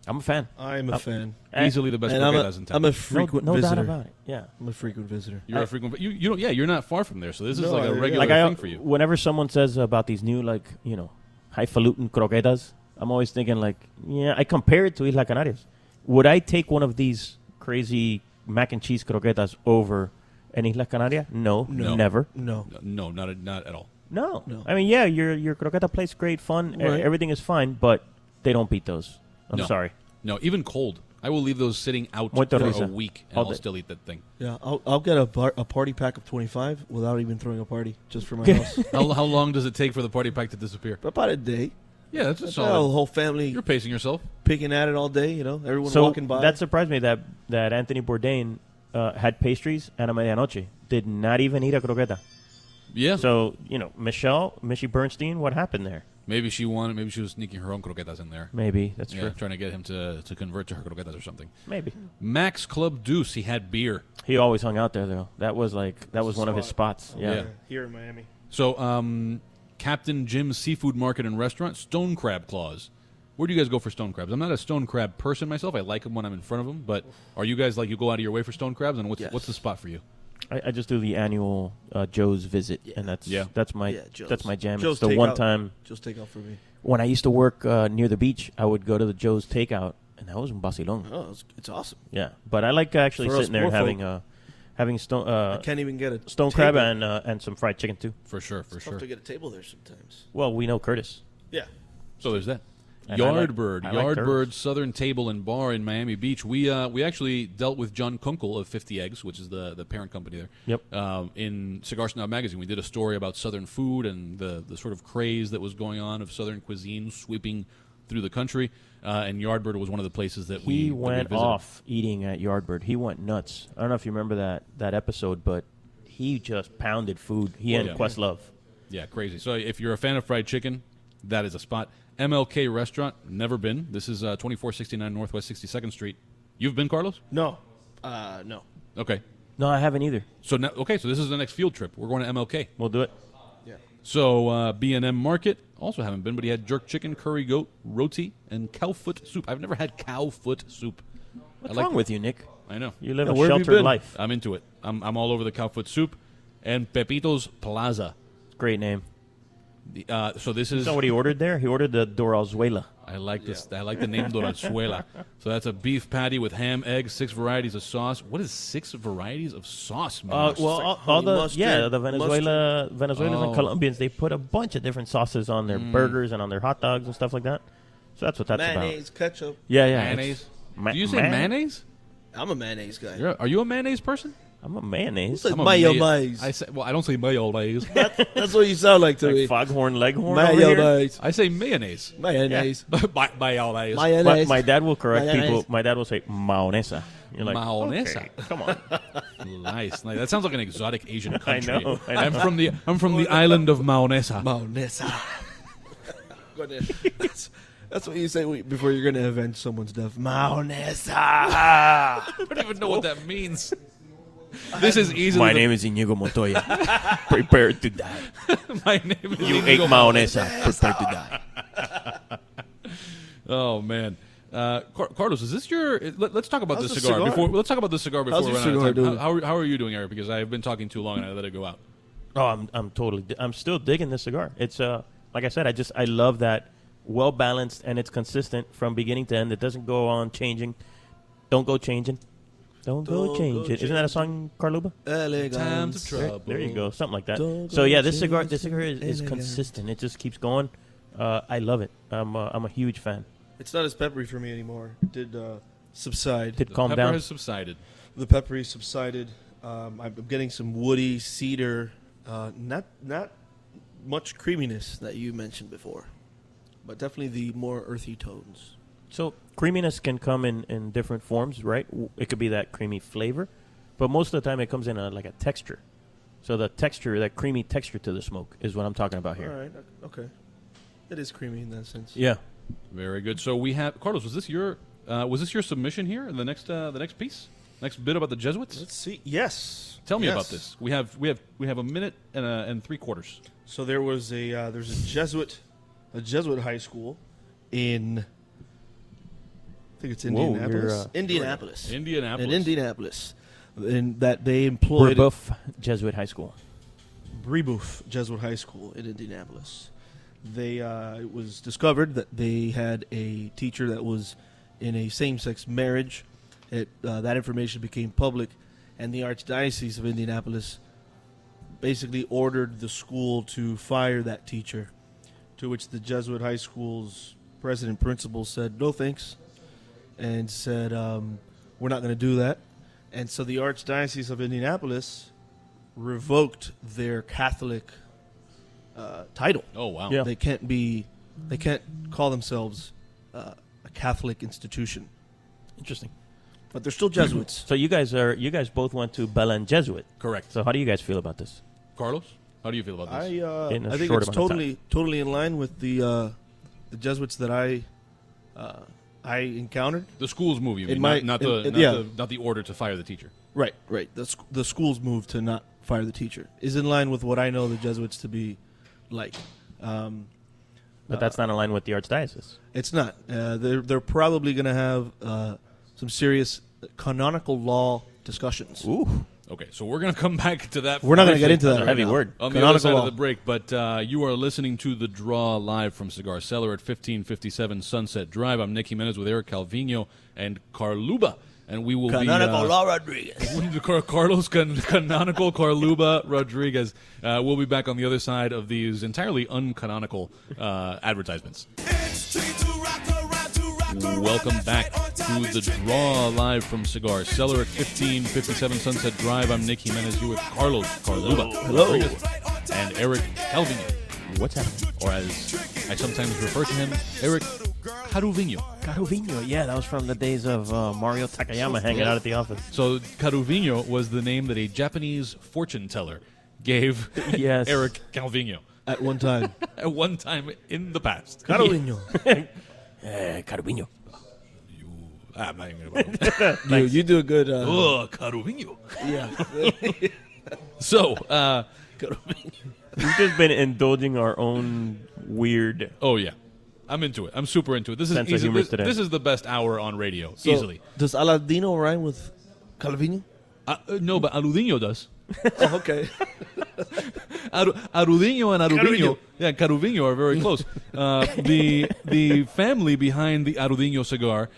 [SPEAKER 4] I'm a fan.
[SPEAKER 3] I'm a fan.
[SPEAKER 4] Eh,
[SPEAKER 2] Easily the best
[SPEAKER 3] and I'm
[SPEAKER 2] burritos in
[SPEAKER 3] a,
[SPEAKER 2] town.
[SPEAKER 3] I'm a
[SPEAKER 4] No,
[SPEAKER 3] frequent
[SPEAKER 4] no
[SPEAKER 3] visitor.
[SPEAKER 4] doubt about it. Yeah.
[SPEAKER 3] I'm a frequent visitor.
[SPEAKER 2] You're a
[SPEAKER 4] I-
[SPEAKER 2] frequent. You, you don't. Yeah, you're not far from there. So this is
[SPEAKER 3] No,
[SPEAKER 2] like a
[SPEAKER 3] I-
[SPEAKER 2] regular
[SPEAKER 4] like I,
[SPEAKER 2] thing for you.
[SPEAKER 4] whenever someone says about these new like you know highfalutin croquetas, I'm always thinking like, yeah, I compare it to Isla Canarias. Would I take one of these crazy mac and cheese croquetas over an Isla Canaria? No,
[SPEAKER 2] No.
[SPEAKER 4] never.
[SPEAKER 3] No.
[SPEAKER 2] No, not at- not at all.
[SPEAKER 4] No.
[SPEAKER 3] No.
[SPEAKER 4] I mean, yeah, your your croqueta place great fun, e-
[SPEAKER 3] Right.
[SPEAKER 4] everything is fine, but they don't beat those. I'm
[SPEAKER 2] No.
[SPEAKER 4] sorry.
[SPEAKER 2] No, even cold. I will leave those sitting out
[SPEAKER 4] Muerta
[SPEAKER 2] for a
[SPEAKER 4] risa.
[SPEAKER 2] week, and
[SPEAKER 4] All
[SPEAKER 2] I'll
[SPEAKER 4] day.
[SPEAKER 2] still eat that thing.
[SPEAKER 3] Yeah, I'll, I'll get a, bar, a party pack of 25 without even throwing a party just for my house.
[SPEAKER 2] How, how long does it take for the party pack to disappear?
[SPEAKER 3] About a day.
[SPEAKER 2] Yeah, that's a
[SPEAKER 3] That's how the
[SPEAKER 2] solid.
[SPEAKER 3] whole family
[SPEAKER 2] You're pacing yourself.
[SPEAKER 3] picking at it all day, you know, everyone
[SPEAKER 4] So
[SPEAKER 3] walking by.
[SPEAKER 4] that surprised me that that Anthony Bourdain uh, had pastries and a medianoche. Did not even eat a croqueta.
[SPEAKER 2] Yeah.
[SPEAKER 4] So you know, Michelle, Missy Bernstein, what happened there?
[SPEAKER 2] Maybe she wanted. Maybe she was sneaking her own croquetas in there.
[SPEAKER 4] Maybe that's
[SPEAKER 2] Yeah,
[SPEAKER 4] true.
[SPEAKER 2] trying to get him to, to convert to her croquetas or something.
[SPEAKER 4] Maybe
[SPEAKER 2] Max Club Deuce, he had beer.
[SPEAKER 4] he always hung out there though. That was like that was one of his spots. Yeah.
[SPEAKER 2] Yeah.
[SPEAKER 3] Here in Miami.
[SPEAKER 2] So, um, Captain Jim's Seafood Market and Restaurant, stone crab claws. Where do you guys go for stone crabs? I'm not a stone crab person myself. I like them when I'm in front of them, but are you guys like you go out of your way for stone crabs? And what's
[SPEAKER 3] Yes.
[SPEAKER 2] what's the spot for you?
[SPEAKER 4] I, I just do the annual uh, Joe's visit,
[SPEAKER 3] Yeah.
[SPEAKER 4] and that's
[SPEAKER 2] Yeah.
[SPEAKER 4] that's my
[SPEAKER 3] Yeah, Joe's.
[SPEAKER 4] that's my jam.
[SPEAKER 3] Joe's
[SPEAKER 4] it's the one
[SPEAKER 3] takeout.
[SPEAKER 4] time
[SPEAKER 3] Just take out for me.
[SPEAKER 4] when I used to work uh, near the beach, I would go to the Joe's takeout, and that was in Basilong.
[SPEAKER 3] Oh, it's, it's awesome.
[SPEAKER 4] Yeah, but I like actually
[SPEAKER 3] For us
[SPEAKER 4] sitting there and
[SPEAKER 3] poor
[SPEAKER 4] having uh, having stone
[SPEAKER 3] I
[SPEAKER 4] uh,
[SPEAKER 3] can't even get a
[SPEAKER 4] stone crab
[SPEAKER 3] table.
[SPEAKER 4] and uh, and some fried chicken too.
[SPEAKER 2] For sure, for
[SPEAKER 3] It's
[SPEAKER 2] sure.
[SPEAKER 3] tough to get a table there sometimes.
[SPEAKER 4] Well, we know Curtis.
[SPEAKER 3] Yeah.
[SPEAKER 2] So there's that.
[SPEAKER 4] And I like-
[SPEAKER 2] Yardbird,
[SPEAKER 4] I like
[SPEAKER 2] Yardbird
[SPEAKER 4] theirs.
[SPEAKER 2] Southern Table and Bar in Miami Beach. We uh, we actually dealt with John Kunkel of Fifty Eggs, which is the, the parent company there.
[SPEAKER 4] Yep.
[SPEAKER 2] Um, in Cigar Snob magazine, we did a story about Southern food and the the sort of craze that was going on of Southern cuisine sweeping through the country. Uh, and Yardbird was one of the places that we
[SPEAKER 4] He
[SPEAKER 2] that we
[SPEAKER 4] went
[SPEAKER 2] visited.
[SPEAKER 4] off eating at Yardbird. He went nuts. I don't know if you remember that that episode, but he just pounded food. He
[SPEAKER 2] Well,
[SPEAKER 4] and
[SPEAKER 2] yeah.
[SPEAKER 4] Questlove.
[SPEAKER 2] Yeah, crazy. So if you're a fan of fried chicken, that is a spot. MLK Restaurant, never been. This is uh, 2469 Northwest 62nd Street. You've been, Carlos?
[SPEAKER 3] No. Uh, no.
[SPEAKER 2] Okay.
[SPEAKER 4] No, I haven't either.
[SPEAKER 2] So now, okay, so this is the next field trip. We're going to MLK.
[SPEAKER 4] We'll do it.
[SPEAKER 2] So uh, B&M Market also haven't been, but he had jerk chicken, curry goat, roti, and cow foot soup. I've never had cow foot soup.
[SPEAKER 4] What's
[SPEAKER 2] I like
[SPEAKER 4] wrong with you, Nick?
[SPEAKER 2] I know.
[SPEAKER 4] You live
[SPEAKER 2] Yeah,
[SPEAKER 4] a
[SPEAKER 2] where have you
[SPEAKER 4] sheltered
[SPEAKER 2] been?
[SPEAKER 4] life.
[SPEAKER 2] I'm into it. I'm, I'm all over the cow foot soup and Pepito's Plaza.
[SPEAKER 4] Great name.
[SPEAKER 2] The- Uh, so this is.
[SPEAKER 4] You know what he ordered there? He ordered the Doralzuela.
[SPEAKER 2] I like this. I like the name Dorazuela. so that's a beef patty with ham, egg, six varieties of sauce. What is six varieties of sauce? man?
[SPEAKER 4] Uh, well,
[SPEAKER 3] like
[SPEAKER 4] all, all
[SPEAKER 3] honey
[SPEAKER 4] the
[SPEAKER 3] mustard,
[SPEAKER 4] yeah, the Venezuela, Venezuelans
[SPEAKER 2] Oh.
[SPEAKER 4] and Colombians, they put a bunch of different sauces on their burgers and on their hot dogs and stuff like that. So that's what that's about.
[SPEAKER 3] mayonnaise, ketchup.
[SPEAKER 4] Yeah, yeah. it's-
[SPEAKER 2] mayonnaise.
[SPEAKER 4] Ma-
[SPEAKER 2] Do you say
[SPEAKER 4] man-
[SPEAKER 2] mayonnaise?
[SPEAKER 3] I'm a mayonnaise guy.
[SPEAKER 2] You're, are you a mayonnaise person?
[SPEAKER 4] I'm a mayonnaise.
[SPEAKER 3] Who said
[SPEAKER 2] I'm a
[SPEAKER 3] mayonnaise?
[SPEAKER 2] I say, well, I don't say mayonnaise.
[SPEAKER 3] That's what you sound like to
[SPEAKER 4] Like
[SPEAKER 3] me.
[SPEAKER 4] foghorn leghorn. Over here.
[SPEAKER 3] Mayonnaise.
[SPEAKER 2] I say mayonnaise.
[SPEAKER 3] Mayonnaise.
[SPEAKER 2] my, mayonnaise.
[SPEAKER 4] My,
[SPEAKER 3] Mayonnaise.
[SPEAKER 4] my dad will correct
[SPEAKER 3] Mayonnaise.
[SPEAKER 4] people. My dad will say mayonesa. You're like
[SPEAKER 2] Mayonesa.
[SPEAKER 4] "Okay, come on.
[SPEAKER 2] nice. Like, that sounds like an exotic Asian country.
[SPEAKER 4] know, I
[SPEAKER 2] am from the I'm from the island of Maonesa.
[SPEAKER 3] Mayonesa. Goodness. that's, that's what you say when- before you're going to avenge someone's death. Mayonesa.
[SPEAKER 2] I don't even know what that means. This is easily
[SPEAKER 4] My
[SPEAKER 2] the-
[SPEAKER 4] name is Inigo Montoya. Prepare to die.
[SPEAKER 2] my name is
[SPEAKER 4] You
[SPEAKER 2] Inigo
[SPEAKER 4] ate
[SPEAKER 2] Maonesa.
[SPEAKER 4] mayonesa. Prepare to die.
[SPEAKER 2] Oh man, uh, Car- Carlos, is this your? Let, us talk about
[SPEAKER 3] How's
[SPEAKER 2] the
[SPEAKER 3] the
[SPEAKER 2] cigar,
[SPEAKER 3] cigar?
[SPEAKER 2] before. Let's talk about the cigar before
[SPEAKER 3] How's
[SPEAKER 2] we
[SPEAKER 3] the
[SPEAKER 2] run out of
[SPEAKER 3] cigar
[SPEAKER 2] time.
[SPEAKER 3] doing?
[SPEAKER 2] How, how, are, how are you doing, Eric? Because I've been talking too long and I let it go out.
[SPEAKER 4] Oh, I'm I'm totally di- I'm still digging this cigar. It's uh like I said, I just I love that well balanced and it's consistent from beginning to end. It doesn't go on changing. Don't go changing.
[SPEAKER 3] Don't
[SPEAKER 4] Don't, go
[SPEAKER 3] go
[SPEAKER 4] changing. Isn't that a song, Carluba?
[SPEAKER 2] Times of
[SPEAKER 3] Elegance.
[SPEAKER 2] trouble.
[SPEAKER 4] There you go, something like that.
[SPEAKER 3] Don't
[SPEAKER 4] so
[SPEAKER 3] go
[SPEAKER 4] yeah, this cigar
[SPEAKER 3] changing.
[SPEAKER 4] this cigar is, is
[SPEAKER 3] Elegant.
[SPEAKER 4] consistent. It just keeps going. Uh, I love it. I'm uh, I'm a huge fan.
[SPEAKER 3] It's not as peppery for me anymore. It did uh, subside.
[SPEAKER 4] Did
[SPEAKER 2] The
[SPEAKER 4] calm
[SPEAKER 2] pepper
[SPEAKER 4] down.
[SPEAKER 2] has subsided.
[SPEAKER 3] the peppery subsided. Um, I'm getting some woody cedar, uh, not not much creaminess that you mentioned before, but definitely the more earthy tones.
[SPEAKER 4] So creaminess can come in, in different forms, right? W- It could be that creamy flavor, but most of the time it comes in a, like a texture. So the texture, that creamy texture to the smoke, is what I'm talking about here.
[SPEAKER 3] All right, okay, it is creamy in that sense.
[SPEAKER 4] Yeah,
[SPEAKER 2] Very good. So we have Carlos. Was this your? Uh, was this your submission here? The next uh, the next piece, next bit about the Jesuits.
[SPEAKER 3] Let's see. Yes.
[SPEAKER 2] Tell me
[SPEAKER 3] Yes.
[SPEAKER 2] about this. We have we have we have a minute and a, and three quarters.
[SPEAKER 3] So there was a uh, there's a Jesuit a Jesuit high school in I think it's
[SPEAKER 4] Whoa, you're,
[SPEAKER 3] Indianapolis.
[SPEAKER 4] uh,
[SPEAKER 3] Indianapolis.
[SPEAKER 2] Indianapolis.
[SPEAKER 3] In Indianapolis, in that they employed
[SPEAKER 4] Brebeuf Jesuit High School.
[SPEAKER 3] Brebeuf Jesuit High School in Indianapolis. They uh, it was discovered that they had a teacher that was in a same-sex marriage. It, uh, that information became public, and the Archdiocese of Indianapolis basically ordered the school to fire that teacher. To which the Jesuit High School's president principal said, "No thanks," and said, um, "We're not going to do that." And so the Archdiocese of Indianapolis revoked their Catholic uh, title.
[SPEAKER 2] Oh wow.
[SPEAKER 4] Yeah.
[SPEAKER 3] They can't be, they can't call themselves uh, a Catholic institution,
[SPEAKER 4] Interesting.
[SPEAKER 3] but they're still Jesuits.
[SPEAKER 4] So you guys are you guys both went to Belen Jesuit.
[SPEAKER 2] Correct.
[SPEAKER 4] So how do you guys feel about this?
[SPEAKER 2] Carlos. How do you feel about this?
[SPEAKER 3] I uh,
[SPEAKER 4] In a
[SPEAKER 3] I think
[SPEAKER 4] short
[SPEAKER 3] it's
[SPEAKER 4] amount of
[SPEAKER 3] totally totally in line with the uh, the Jesuits that I uh, I encountered.
[SPEAKER 2] the school's movie, you
[SPEAKER 3] It
[SPEAKER 2] mean,
[SPEAKER 3] might-
[SPEAKER 2] not, not, the,
[SPEAKER 3] it- it-
[SPEAKER 2] not
[SPEAKER 3] yeah.
[SPEAKER 2] the not the order to fire the teacher.
[SPEAKER 3] Right, right. The sc- the school's move to not fire the teacher is in line with what I know the Jesuits to be like. Um,
[SPEAKER 4] But that's not in line with the archdiocese.
[SPEAKER 3] It's not. Uh, they're they're probably going to have uh, some serious canonical law discussions.
[SPEAKER 4] Ooh,
[SPEAKER 2] Okay, so we're gonna come back to that.
[SPEAKER 3] We're not going to
[SPEAKER 2] briefly
[SPEAKER 3] get into that.
[SPEAKER 4] a
[SPEAKER 3] right
[SPEAKER 4] heavy
[SPEAKER 3] now.
[SPEAKER 4] word.
[SPEAKER 2] On the other
[SPEAKER 3] Canonical
[SPEAKER 2] side
[SPEAKER 3] law.
[SPEAKER 2] of the break, but uh, you are listening to The Draw live from Cigar Cellar at 1557 Sunset Drive. I'm Nick Jimenez with Eric Calvino and Carluba, and we will
[SPEAKER 5] Canonical
[SPEAKER 2] be... uh,
[SPEAKER 5] Law Rodriguez.
[SPEAKER 2] Car- Carlos Can- Canonical Carluba Rodriguez. Uh, we'll be back on the other side of these entirely uncanonical uh, advertisements. Welcome back to The Draw live from Cigar Cellar at 1557 Sunset Drive. I'm Nick Jimenez, you with Carlos Carluba Rodriguez and Eric Calvino,
[SPEAKER 4] what's happening?
[SPEAKER 2] or as I sometimes refer to him, Eric Caruvino.
[SPEAKER 4] Caruvino, yeah, that was from the days of uh, Mario Takayama hanging out at the office.
[SPEAKER 2] So Caruvino was the name that a Japanese fortune teller gave
[SPEAKER 4] Yes.
[SPEAKER 2] Eric Calvino.
[SPEAKER 3] at one time.
[SPEAKER 2] at one time in the past.
[SPEAKER 3] Carolino.
[SPEAKER 4] Caruvino.
[SPEAKER 2] I'm not even gonna bother.
[SPEAKER 5] You, you do a good. Uh,
[SPEAKER 2] Ah, Ugh, Caruvino. So, uh,
[SPEAKER 4] We've just been indulging our own weird.
[SPEAKER 2] oh yeah, I'm into it. I'm super into it. This is
[SPEAKER 4] Sense of
[SPEAKER 2] easy-
[SPEAKER 4] humor
[SPEAKER 2] this,
[SPEAKER 4] today.
[SPEAKER 2] this is the best hour on radio
[SPEAKER 3] So,
[SPEAKER 2] easily.
[SPEAKER 3] Does Aladino rhyme with Calvino?
[SPEAKER 2] Uh, uh, no, but Aludinho does.
[SPEAKER 3] Oh, okay.
[SPEAKER 2] Aru- Arudinho and Arudinho, yeah, Caruvino are very close. Uh, the the family behind the Arudinho cigar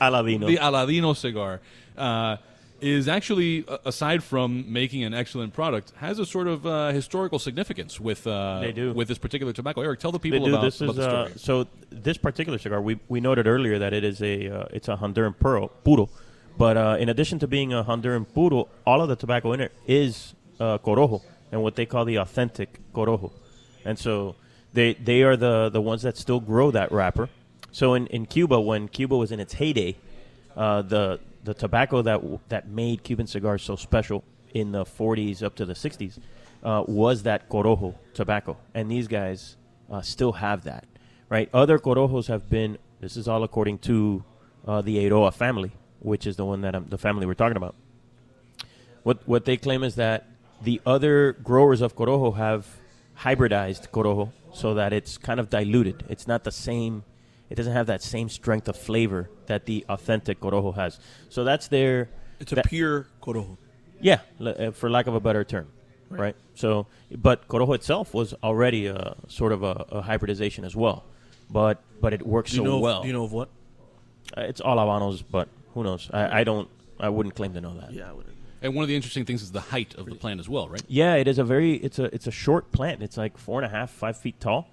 [SPEAKER 4] Aladino.
[SPEAKER 2] the Aladino cigar uh, is actually, a- aside from making an excellent product, has a sort of uh, historical significance with uh,
[SPEAKER 4] They do.
[SPEAKER 2] with this particular tobacco. Eric, tell the
[SPEAKER 4] They
[SPEAKER 2] people
[SPEAKER 4] do.
[SPEAKER 2] about,
[SPEAKER 4] This
[SPEAKER 2] about
[SPEAKER 4] is
[SPEAKER 2] the
[SPEAKER 4] uh,
[SPEAKER 2] story.
[SPEAKER 4] so. This particular cigar, we, we noted earlier that it is a uh, it's a Honduran puro, puro. But uh, in addition to being a Honduran puro, all of the tobacco in it is uh, corojo and what they call the authentic corojo, and so they they are the the ones that still grow that wrapper. So in, in Cuba, when Cuba was in its heyday, uh, the the tobacco that w- that made Cuban cigars so special in the 40s up to the 60s uh, was that corojo tobacco, and these guys uh, still have that, right? Other corojos have been. This is all according to uh, the Eiroa family, which is the one that I'm, the family we're talking about. What what they claim is that the other growers of corojo have hybridized corojo so that it's kind of diluted. It's not the same. It doesn't have that same strength of flavor that the authentic corojo has. So that's their.
[SPEAKER 3] It's a
[SPEAKER 4] that-
[SPEAKER 3] pure corojo.
[SPEAKER 4] yeah, l- uh, for lack of a better term, right? So, but Corojo itself was already a sort of a, a hybridization as well, but but it works
[SPEAKER 3] Do you
[SPEAKER 4] so
[SPEAKER 3] know?
[SPEAKER 4] well.
[SPEAKER 3] Do you know of what?
[SPEAKER 4] Uh, it's all Habanos, but who knows? I, I don't. I wouldn't claim to know that.
[SPEAKER 3] Yeah. I wouldn't.
[SPEAKER 2] And one of the interesting things is the height of the plant as well, right?
[SPEAKER 4] Yeah, it is a very it's a it's a short plant. It's like four and a half, five feet tall,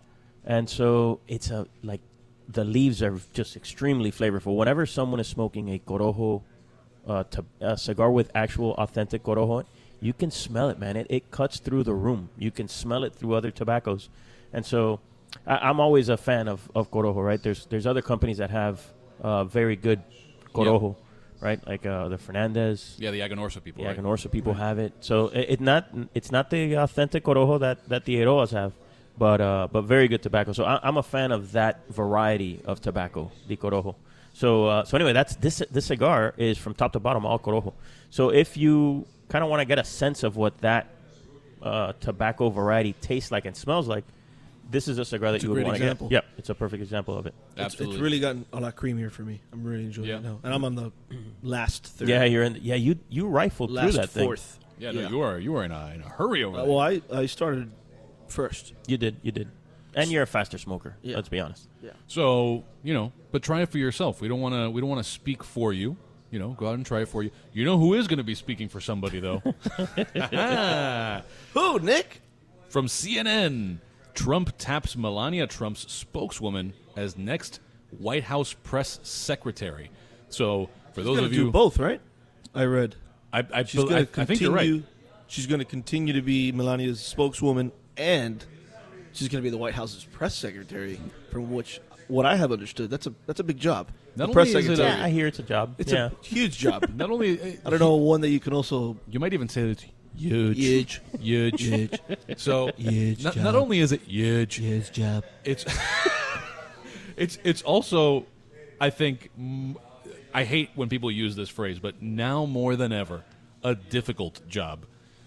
[SPEAKER 4] and so it's a like the leaves are just extremely flavorful. Whenever someone is smoking a corojo, uh, to, a cigar with actual authentic corojo, you can smell it, man. It it cuts through the room. You can smell it through other tobaccos, and so I, I'm always a fan of of corojo. Right? There's there's other companies that have uh, very good corojo, right? Like uh, the Fernandez.
[SPEAKER 2] Yeah, the Aganorsa people.
[SPEAKER 4] Yeah,
[SPEAKER 2] right?
[SPEAKER 4] and also people have it. So it, it not it's not the authentic corojo that that the Eroas have, but uh, but very good tobacco. So I, I'm a fan of that variety of tobacco, the corojo. So uh, so anyway, that's this this cigar is from top to bottom all corojo. So if you kind of want to get a sense of what that uh, tobacco variety tastes like and smells like, this is a cigar that
[SPEAKER 3] It's a
[SPEAKER 4] you would
[SPEAKER 3] great
[SPEAKER 4] want to get.
[SPEAKER 3] example.
[SPEAKER 4] Yeah, it's a perfect example of it.
[SPEAKER 3] It's,
[SPEAKER 2] Absolutely.
[SPEAKER 3] it's really gotten a lot creamier for me. I'm really enjoying
[SPEAKER 2] Yeah.
[SPEAKER 3] it now, and I'm on the last third.
[SPEAKER 4] Yeah, you're in. Yeah, you you rifled
[SPEAKER 3] last
[SPEAKER 4] through that thing.
[SPEAKER 3] fourth.
[SPEAKER 2] yeah, no, you are you are in a, in a hurry over
[SPEAKER 3] Uh,
[SPEAKER 2] there.
[SPEAKER 3] well, I I started first.
[SPEAKER 4] You did, you did, and you're a faster smoker.
[SPEAKER 3] Yeah.
[SPEAKER 4] Let's be honest.
[SPEAKER 2] So you know, but try it for yourself. We don't want to. We don't want to speak for you. You know, go out and try it for you. You know who is going to be speaking for somebody though?
[SPEAKER 3] Who, Nick?
[SPEAKER 2] From CNN, Trump taps Melania Trump's spokeswoman as next White House press secretary. So, for those
[SPEAKER 3] Gonna
[SPEAKER 2] of you,
[SPEAKER 3] do both, right? I read.
[SPEAKER 2] I, I,
[SPEAKER 3] She's
[SPEAKER 2] bel-
[SPEAKER 3] going
[SPEAKER 2] I-
[SPEAKER 3] to
[SPEAKER 2] I think
[SPEAKER 3] continue.
[SPEAKER 2] you're right.
[SPEAKER 3] She's going to continue to be Melania's spokeswoman, and she's going to be the White House's press secretary. From which, what I have understood, that's a that's a big job.
[SPEAKER 2] Not
[SPEAKER 3] The press
[SPEAKER 2] only is it a-
[SPEAKER 3] secretary.
[SPEAKER 4] Yeah, I hear it's a job.
[SPEAKER 3] it's
[SPEAKER 4] yeah.
[SPEAKER 3] a huge job.
[SPEAKER 2] Uh, Not only
[SPEAKER 3] I don't know one that you can also
[SPEAKER 2] you might even say that Huge.
[SPEAKER 3] Huge.
[SPEAKER 2] Huge.
[SPEAKER 3] Huge.
[SPEAKER 2] So
[SPEAKER 3] Huge
[SPEAKER 2] not,
[SPEAKER 3] job.
[SPEAKER 2] not only is it huge,
[SPEAKER 3] His job.
[SPEAKER 2] it's it's it's also I think m- I hate when people use this phrase, but now more than ever, a difficult job.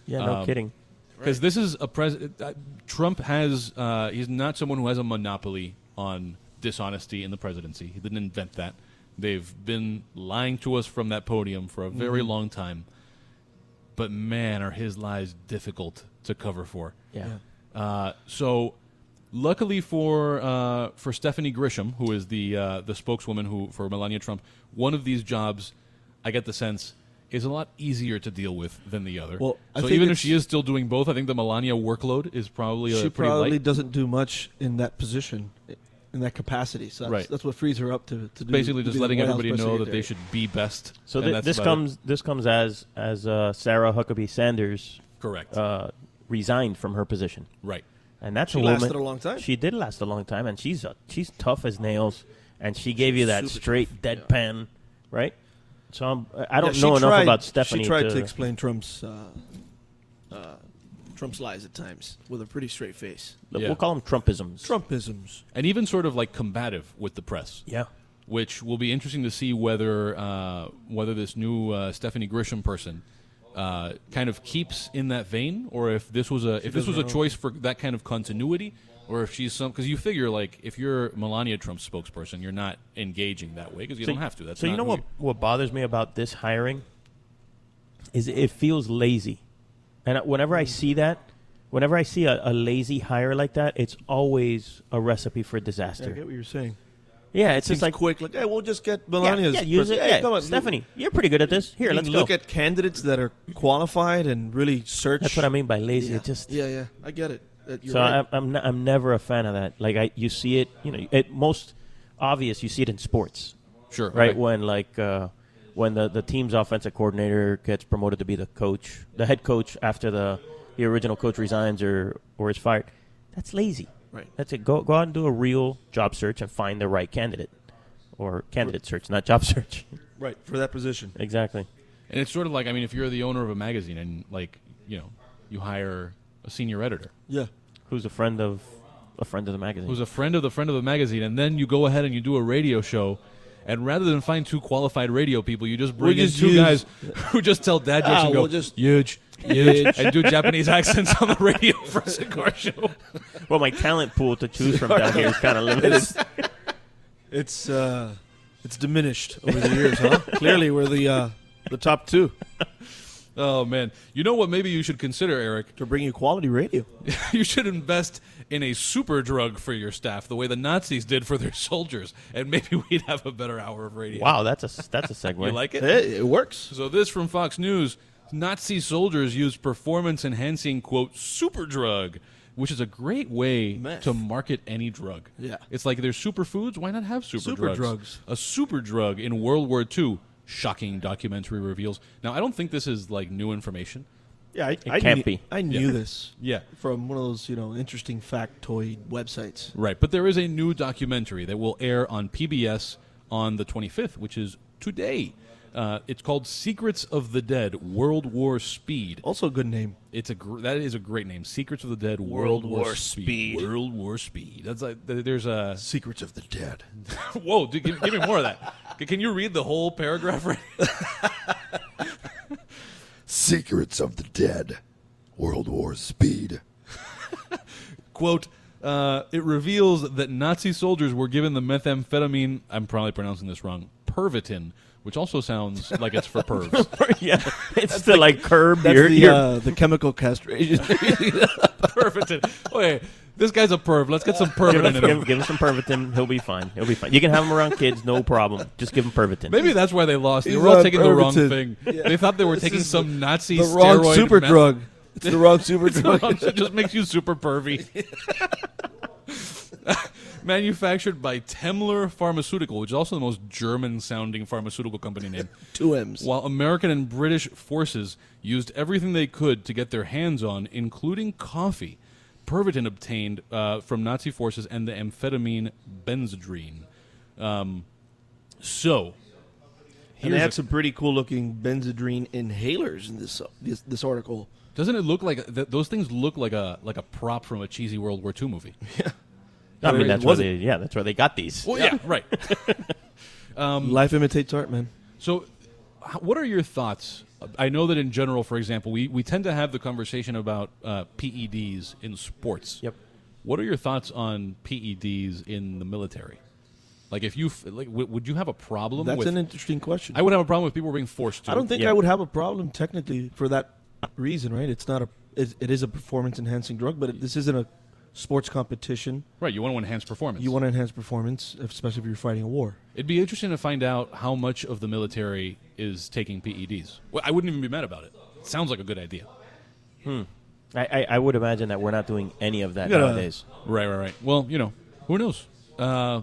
[SPEAKER 4] Yeah, no
[SPEAKER 2] Um,
[SPEAKER 4] kidding.
[SPEAKER 2] Because this is a president. Uh, Trump has. Uh, he's not someone who has a monopoly on dishonesty in the presidency. He didn't invent that. They've been lying to us from that podium for a very long time. But man, are his lies difficult to cover for.
[SPEAKER 4] Yeah.
[SPEAKER 2] Uh, so, luckily for uh, for Stephanie Grisham, who is the uh, the spokeswoman who for Melania Trump, one of these jobs, I get the sense, is a lot easier to deal with than the other.
[SPEAKER 3] Well, I
[SPEAKER 2] so
[SPEAKER 3] think
[SPEAKER 2] even if
[SPEAKER 3] it's-
[SPEAKER 2] she is still doing both, I think the Melania workload is probably uh,
[SPEAKER 3] She
[SPEAKER 2] pretty
[SPEAKER 3] probably
[SPEAKER 2] light.
[SPEAKER 3] doesn't do much in that position, in that capacity. So that's,
[SPEAKER 2] Right.
[SPEAKER 3] that's what frees her up to, to do.
[SPEAKER 2] Basically,
[SPEAKER 3] to
[SPEAKER 2] just
[SPEAKER 3] be the
[SPEAKER 2] letting
[SPEAKER 3] White House
[SPEAKER 2] everybody
[SPEAKER 3] press
[SPEAKER 2] know that
[SPEAKER 3] secretary.
[SPEAKER 2] they should be best.
[SPEAKER 4] So
[SPEAKER 2] and
[SPEAKER 4] thi-
[SPEAKER 2] that's
[SPEAKER 4] this
[SPEAKER 2] about
[SPEAKER 4] comes this comes as as uh, Sarah Huckabee Sanders
[SPEAKER 2] it. correct,
[SPEAKER 4] uh, resigned from her position,
[SPEAKER 2] right?
[SPEAKER 4] and that's
[SPEAKER 3] She
[SPEAKER 4] a woman.
[SPEAKER 3] lasted a long time.
[SPEAKER 4] She did last a long time, and she's uh, she's tough as nails, and she gave you that
[SPEAKER 3] super
[SPEAKER 4] straight
[SPEAKER 3] tough,
[SPEAKER 4] deadpan, right? So I'm, I I don't
[SPEAKER 3] Yeah,
[SPEAKER 4] know
[SPEAKER 3] she
[SPEAKER 4] enough
[SPEAKER 3] tried-
[SPEAKER 4] about Stephanie.
[SPEAKER 3] She tried to, explain Trump's uh, uh, Trump's lies at times with a pretty straight face.
[SPEAKER 4] Look,
[SPEAKER 2] Yeah.
[SPEAKER 4] We'll call them Trumpisms.
[SPEAKER 3] Trumpisms.
[SPEAKER 2] And even sort of like combative with the press.
[SPEAKER 4] Yeah.
[SPEAKER 2] which will be interesting to see whether uh, whether this new uh, Stephanie Grisham person uh, kind of keeps in that vein, or if this was a if this was a choice for that kind of continuity, or if she's some because you figure like if you're Melania Trump's spokesperson, you're not engaging that way because you don't have to. That's
[SPEAKER 4] so you
[SPEAKER 2] not
[SPEAKER 4] know
[SPEAKER 2] who
[SPEAKER 4] what what bothers me about this hiring is it feels lazy, and whenever I see that, whenever I see a, a lazy hire like that, it's always a recipe for
[SPEAKER 3] I
[SPEAKER 4] disaster.
[SPEAKER 3] get what you're saying.
[SPEAKER 4] Yeah, it's just
[SPEAKER 3] Seems
[SPEAKER 4] like
[SPEAKER 3] quick, like, hey, we'll just get
[SPEAKER 4] yeah,
[SPEAKER 3] Melania's.
[SPEAKER 4] yeah, use
[SPEAKER 3] pres-
[SPEAKER 4] it.
[SPEAKER 3] Hey,
[SPEAKER 4] yeah,
[SPEAKER 3] come on,
[SPEAKER 4] Stephanie, you're pretty good at this. Here,
[SPEAKER 3] you
[SPEAKER 4] let's
[SPEAKER 3] look
[SPEAKER 4] go.
[SPEAKER 3] at candidates that are qualified and really search.
[SPEAKER 4] That's what I mean by lazy.
[SPEAKER 3] Yeah,
[SPEAKER 4] It just
[SPEAKER 3] yeah, yeah. I get it. That- you're
[SPEAKER 4] so uh,
[SPEAKER 3] right.
[SPEAKER 4] I, I'm n I'm never a fan of that. Like I, you see it, you know, at most obvious, you see it in sports,
[SPEAKER 2] you- sure
[SPEAKER 4] right?
[SPEAKER 2] okay.
[SPEAKER 4] When like uh, when the the team's offensive coordinator gets promoted to be the coach, the head coach after the the original coach resigns or or is fired. That's lazy.
[SPEAKER 3] Right.
[SPEAKER 4] That's it. Go go out and do a real job search and find the right candidate, or candidate search, not job search.
[SPEAKER 3] right for that position.
[SPEAKER 4] exactly.
[SPEAKER 2] and it's sort of like I mean if you're the owner of a magazine and like you know you hire a senior editor
[SPEAKER 3] Yeah.
[SPEAKER 4] Who's a friend of a friend of the magazine?
[SPEAKER 2] who's a friend of the friend of the magazine, and then you go ahead and you do a radio show. And rather than find two qualified radio people, you just bring
[SPEAKER 3] just
[SPEAKER 2] in two
[SPEAKER 3] use-
[SPEAKER 2] guys who just tell dad jokes
[SPEAKER 3] Ah,
[SPEAKER 2] and go
[SPEAKER 3] we'll just-
[SPEAKER 2] huge, huge, and do Japanese accents on the radio for a cigar show.
[SPEAKER 4] Well, my talent pool to choose from down here is kind of limited.
[SPEAKER 3] It's uh, it's diminished over the years, huh? Clearly, we're the uh, the top two
[SPEAKER 2] Oh man, you know what? Maybe you should consider, Eric.
[SPEAKER 3] to bring you quality radio.
[SPEAKER 2] You should invest in a super drug for your staff, the way the Nazis did for their soldiers, and maybe we'd have a better hour of radio.
[SPEAKER 4] Wow, that's a that's a segue.
[SPEAKER 2] you like it?
[SPEAKER 3] It, it works.
[SPEAKER 2] So this from Fox News: Nazi soldiers used performance-enhancing quote super drug, which is a great way
[SPEAKER 3] Meth.
[SPEAKER 2] to market any drug.
[SPEAKER 3] Yeah.
[SPEAKER 2] it's like there's superfoods. Why not have super,
[SPEAKER 3] Super
[SPEAKER 2] drugs?
[SPEAKER 3] drugs.
[SPEAKER 2] A super drug in World War II. Shocking documentary reveals. Now I don't think this is like new information.
[SPEAKER 3] Yeah, I, it
[SPEAKER 4] can't
[SPEAKER 3] knew,
[SPEAKER 4] be.
[SPEAKER 3] I knew this.
[SPEAKER 2] Yeah.
[SPEAKER 3] from one of those you know interesting factoid websites.
[SPEAKER 2] Right, but there is a new documentary that will air on PBS on the 25th, which is today. Uh, it's called "Secrets of the Dead: World War Speed."
[SPEAKER 3] Also, a good name.
[SPEAKER 2] It's a gr- that is a great name. Secrets of the Dead.
[SPEAKER 3] World War Speed.
[SPEAKER 2] World War Speed. That's like th- there's a
[SPEAKER 3] Secrets of the Dead.
[SPEAKER 2] whoa. Dude, give, give me more of that. C- Can you read the whole paragraph? Right?
[SPEAKER 7] Secrets of the Dead. World War Speed.
[SPEAKER 2] Quote. Uh, it reveals that Nazi soldiers were given the methamphetamine. I'm probably pronouncing this wrong. Pervitin, which also sounds like it's for pervs.
[SPEAKER 4] yeah, it's the like curb.
[SPEAKER 3] That's
[SPEAKER 4] your-
[SPEAKER 3] the
[SPEAKER 4] your-
[SPEAKER 3] uh, the chemical castration.
[SPEAKER 2] Pervitin. Okay, this guy's a perv. Let's get some
[SPEAKER 4] give,
[SPEAKER 2] pervitin in
[SPEAKER 4] him,
[SPEAKER 2] him.
[SPEAKER 4] give him some Pervitin. He'll be fine. He'll be fine. You can have him around kids, no problem. Just give him Pervitin.
[SPEAKER 2] Maybe that's why they lost. They
[SPEAKER 3] He's
[SPEAKER 2] were all
[SPEAKER 3] on
[SPEAKER 2] taking the wrong thing.
[SPEAKER 3] Pervitin.
[SPEAKER 2] They thought they were taking some Nazi
[SPEAKER 3] the wrong
[SPEAKER 2] steroid
[SPEAKER 3] super
[SPEAKER 2] meth-
[SPEAKER 3] drug. It's the wrong super drug.
[SPEAKER 2] it just makes you super pervy. Manufactured by Temler Pharmaceutical, which is also the most German sounding pharmaceutical company name.
[SPEAKER 3] Two M's.
[SPEAKER 2] While American and British forces used everything they could to get their hands on, including coffee, Pervitin obtained uh, from Nazi forces and the amphetamine Benzedrine. Um, so,
[SPEAKER 3] and
[SPEAKER 2] here's
[SPEAKER 3] they
[SPEAKER 2] a-
[SPEAKER 3] had some pretty cool looking benzodrine inhalers in this this, this article.
[SPEAKER 2] Doesn't it look like th- those things look like a like a prop from a cheesy World War II movie?
[SPEAKER 4] I mean,
[SPEAKER 3] reason
[SPEAKER 4] that's why
[SPEAKER 3] was
[SPEAKER 4] they, yeah, that's why they got these.
[SPEAKER 2] Well, yeah, right. Um,
[SPEAKER 3] Life imitates art, man.
[SPEAKER 2] So, h- what are your thoughts? I know that in general, for example, we, we tend to have the conversation about uh, PEDs in sports.
[SPEAKER 4] Yep.
[SPEAKER 2] What are your thoughts on PEDs in the military? Like, if you f- like, w- would you have a problem?
[SPEAKER 3] That's
[SPEAKER 2] um, with,
[SPEAKER 3] an interesting question.
[SPEAKER 2] I would have a problem if people were being forced to.
[SPEAKER 3] I don't think
[SPEAKER 4] Yeah.
[SPEAKER 3] I would have a problem technically for that reason, right? It's not a it, it is a performance enhancing drug, but it, this isn't a sports competition.
[SPEAKER 2] Right. You want to enhance performance.
[SPEAKER 3] You want to enhance performance, especially if you're fighting a war.
[SPEAKER 2] It'd be interesting to find out how much of the military is taking PEDs. Well, I wouldn't even be mad about it. Sounds like a good idea.
[SPEAKER 4] I, I, I would imagine that we're not doing any of that
[SPEAKER 3] gotta-
[SPEAKER 4] nowadays.
[SPEAKER 2] Right, right, right. Well, you know, who knows? Uh,